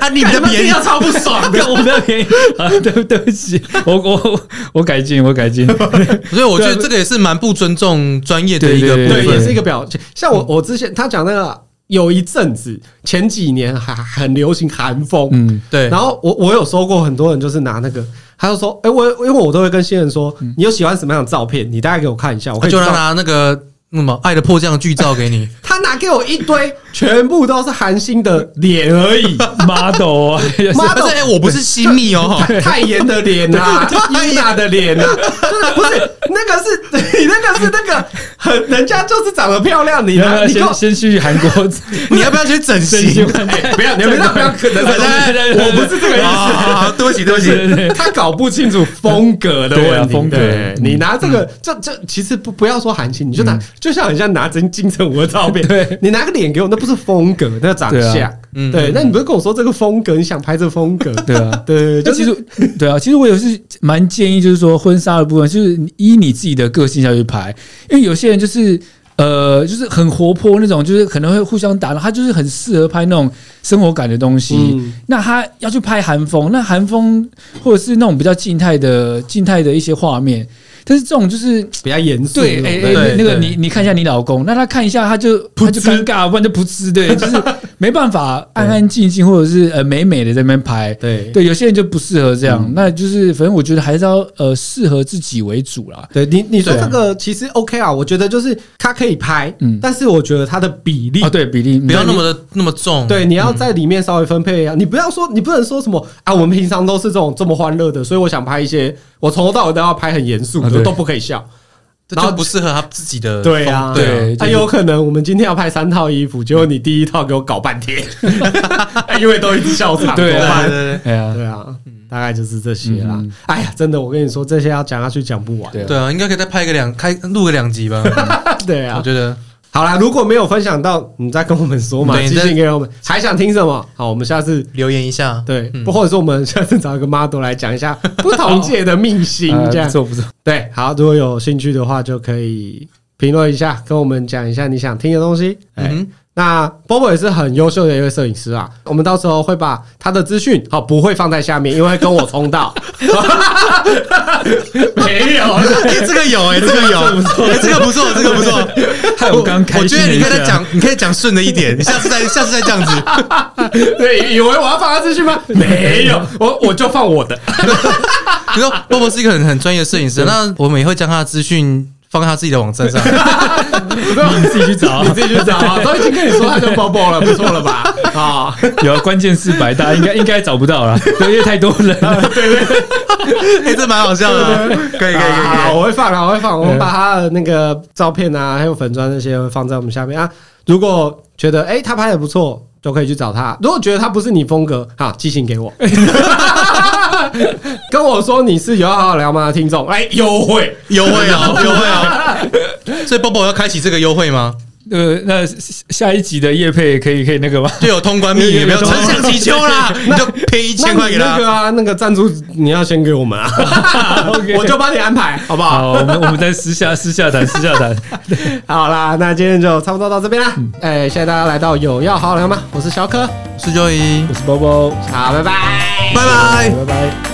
啊， 你比较便宜，超不爽对我比较便宜啊，对不对不起，我我我改进，我改进。所以我觉得这个也是蛮不尊重专业的对一个对部对，也嗯分。是一个表情。像我，我之前他讲那个有一阵子前几年还还很流行韩风，嗯，对，然后我我有收过很多人就是拿那个，他就说，哎、我因为我都会跟新人说，你有喜欢什么样的照片，你大概给我看一下，我我可以嗯啊就知让道他拿那个那么《爱的迫降》剧照给你，他拿给我一堆，全部都是韩星的脸而 已， model 啊，妈不的是，，哎，我不是新密哦，泰泰妍的脸 呐、伊娜的脸呐、真的不是那个是 你那个是那个很人家就是长得漂亮，你你要不拿要你给先我先去韩国 你要不要去整真形 心？换 哎不要你们不 要可能，我不是这个意啊思。好好对不起，对不对对起，对他搞不清楚风格的对问啊题，风格对嗯你拿这个，这这其实不不要说韩星，你就拿，就像很像拿真金城武的照片，对你拿个脸给我，那不是风格，那长对啊相，嗯对，那你不是跟我说这个风格，你想拍这个风格，对啊。 对，就就其是实对啊，其实我也是蛮建议，就是说婚纱的部分，就是依你自己的个性下去排，因为有些人就是呃，就是很活泼那种，就是可能会互相打闹，他就是很适合拍那种生活感的东西。嗯那他要去拍韩风，那韩风或者是那种比较静态的、静态的一些画面，但是这种就是比较严肃，对，哎、哎、对对那个对你你看一下你老公，那他看一下他就他就尴尬，不然就噗嗤，对，就是没办法安安静静或者是呃美美的在那边拍。对对，有些人就不适合这样，嗯那就是反正我觉得还是要呃适合自己为主啦。对你你说对这啊个其实 OK 啊，我觉得就是它可以拍，嗯但是我觉得它的比例啊，。对比例不要那么的那么重。对，你要在里面稍微分配啊，你不要说，你不能说什么啊，我们平常都是这种这么欢乐的，所以我想拍一些，我从头到尾都要拍很严肃啊的，对都不可以笑。这然就后不适合他自己的对风啊，对对啊，他就是有可能我们今天要拍三套衣服，结果你第一套给我搞半天，哎因为都一直笑场，对怎么啊办对哎呀，对啊，大概就是这些啦嗯。哎呀，真的，我跟你说，这些要讲下去讲不完。对对对啊，应该可以再拍个两开录个两集吧， 对我啊，觉得好啦，如果没有分享到，你再跟我们说嘛，对寄你再信给我们。还想听什么？好，我们下次留言一下。对，嗯或者是我们下次找一个 model 来讲一下不同界的命星，啊这样不错不错，对。好，如果有兴趣的话，就可以评论一下，跟我们讲一下你想听的东西。哎、嗯哼，那 Bobo 也是很优秀的一位摄影师啊，我们到时候会把他的资讯，好不会放在下面，因为会跟我冲到。没有， 哎，这个有 哎，这个有，哎，这个不错，这个不错。 害我刚开我心觉了得一你下可以再讲，你可以讲顺了一点，你下次再下次再这样子。 对，以为我要放他资讯吗？没有，我我就放我的。你说波波是一个很很专业的摄影师，那我们也会将他的资讯放在他自己的网站上。你自己去找 你，自己去找啊，都已经跟你说他叫 Bobo 了，不错了吧？啊、有啊关键是百大应该应该找 不到啦，对，因为太多人啊了。哎，这蛮好笑的啊，可以可以可以嗯可好以。我会放啊，我会放，我会把他的那个照片啊，还有粉砖那些会放在我们下面啊。如果觉得哎、诶他拍的不错，就可以去找他；如果觉得他不是你风格，好寄信给 我，跟我说你是有要好好聊吗？的听众，哎、优惠，优惠 哦，优惠哦！所以 Bobo 要开启这个优惠吗？ 呃，那下下一集的叶配可以可以那个吗？就有通关密语，没有丞相乞求 啦，你就赔一千块给那你那他。个啊，那个赞助你要先给我们 啊， OK 我就帮你安排，好不好？好，我们我们再私下私下谈，私下谈。好啦，那今天就差不多到这边啦。嗯哎、谢谢大家来到有要好好聊吗？我是小可，是就一，我是包包，好，拜拜。拜拜。拜拜。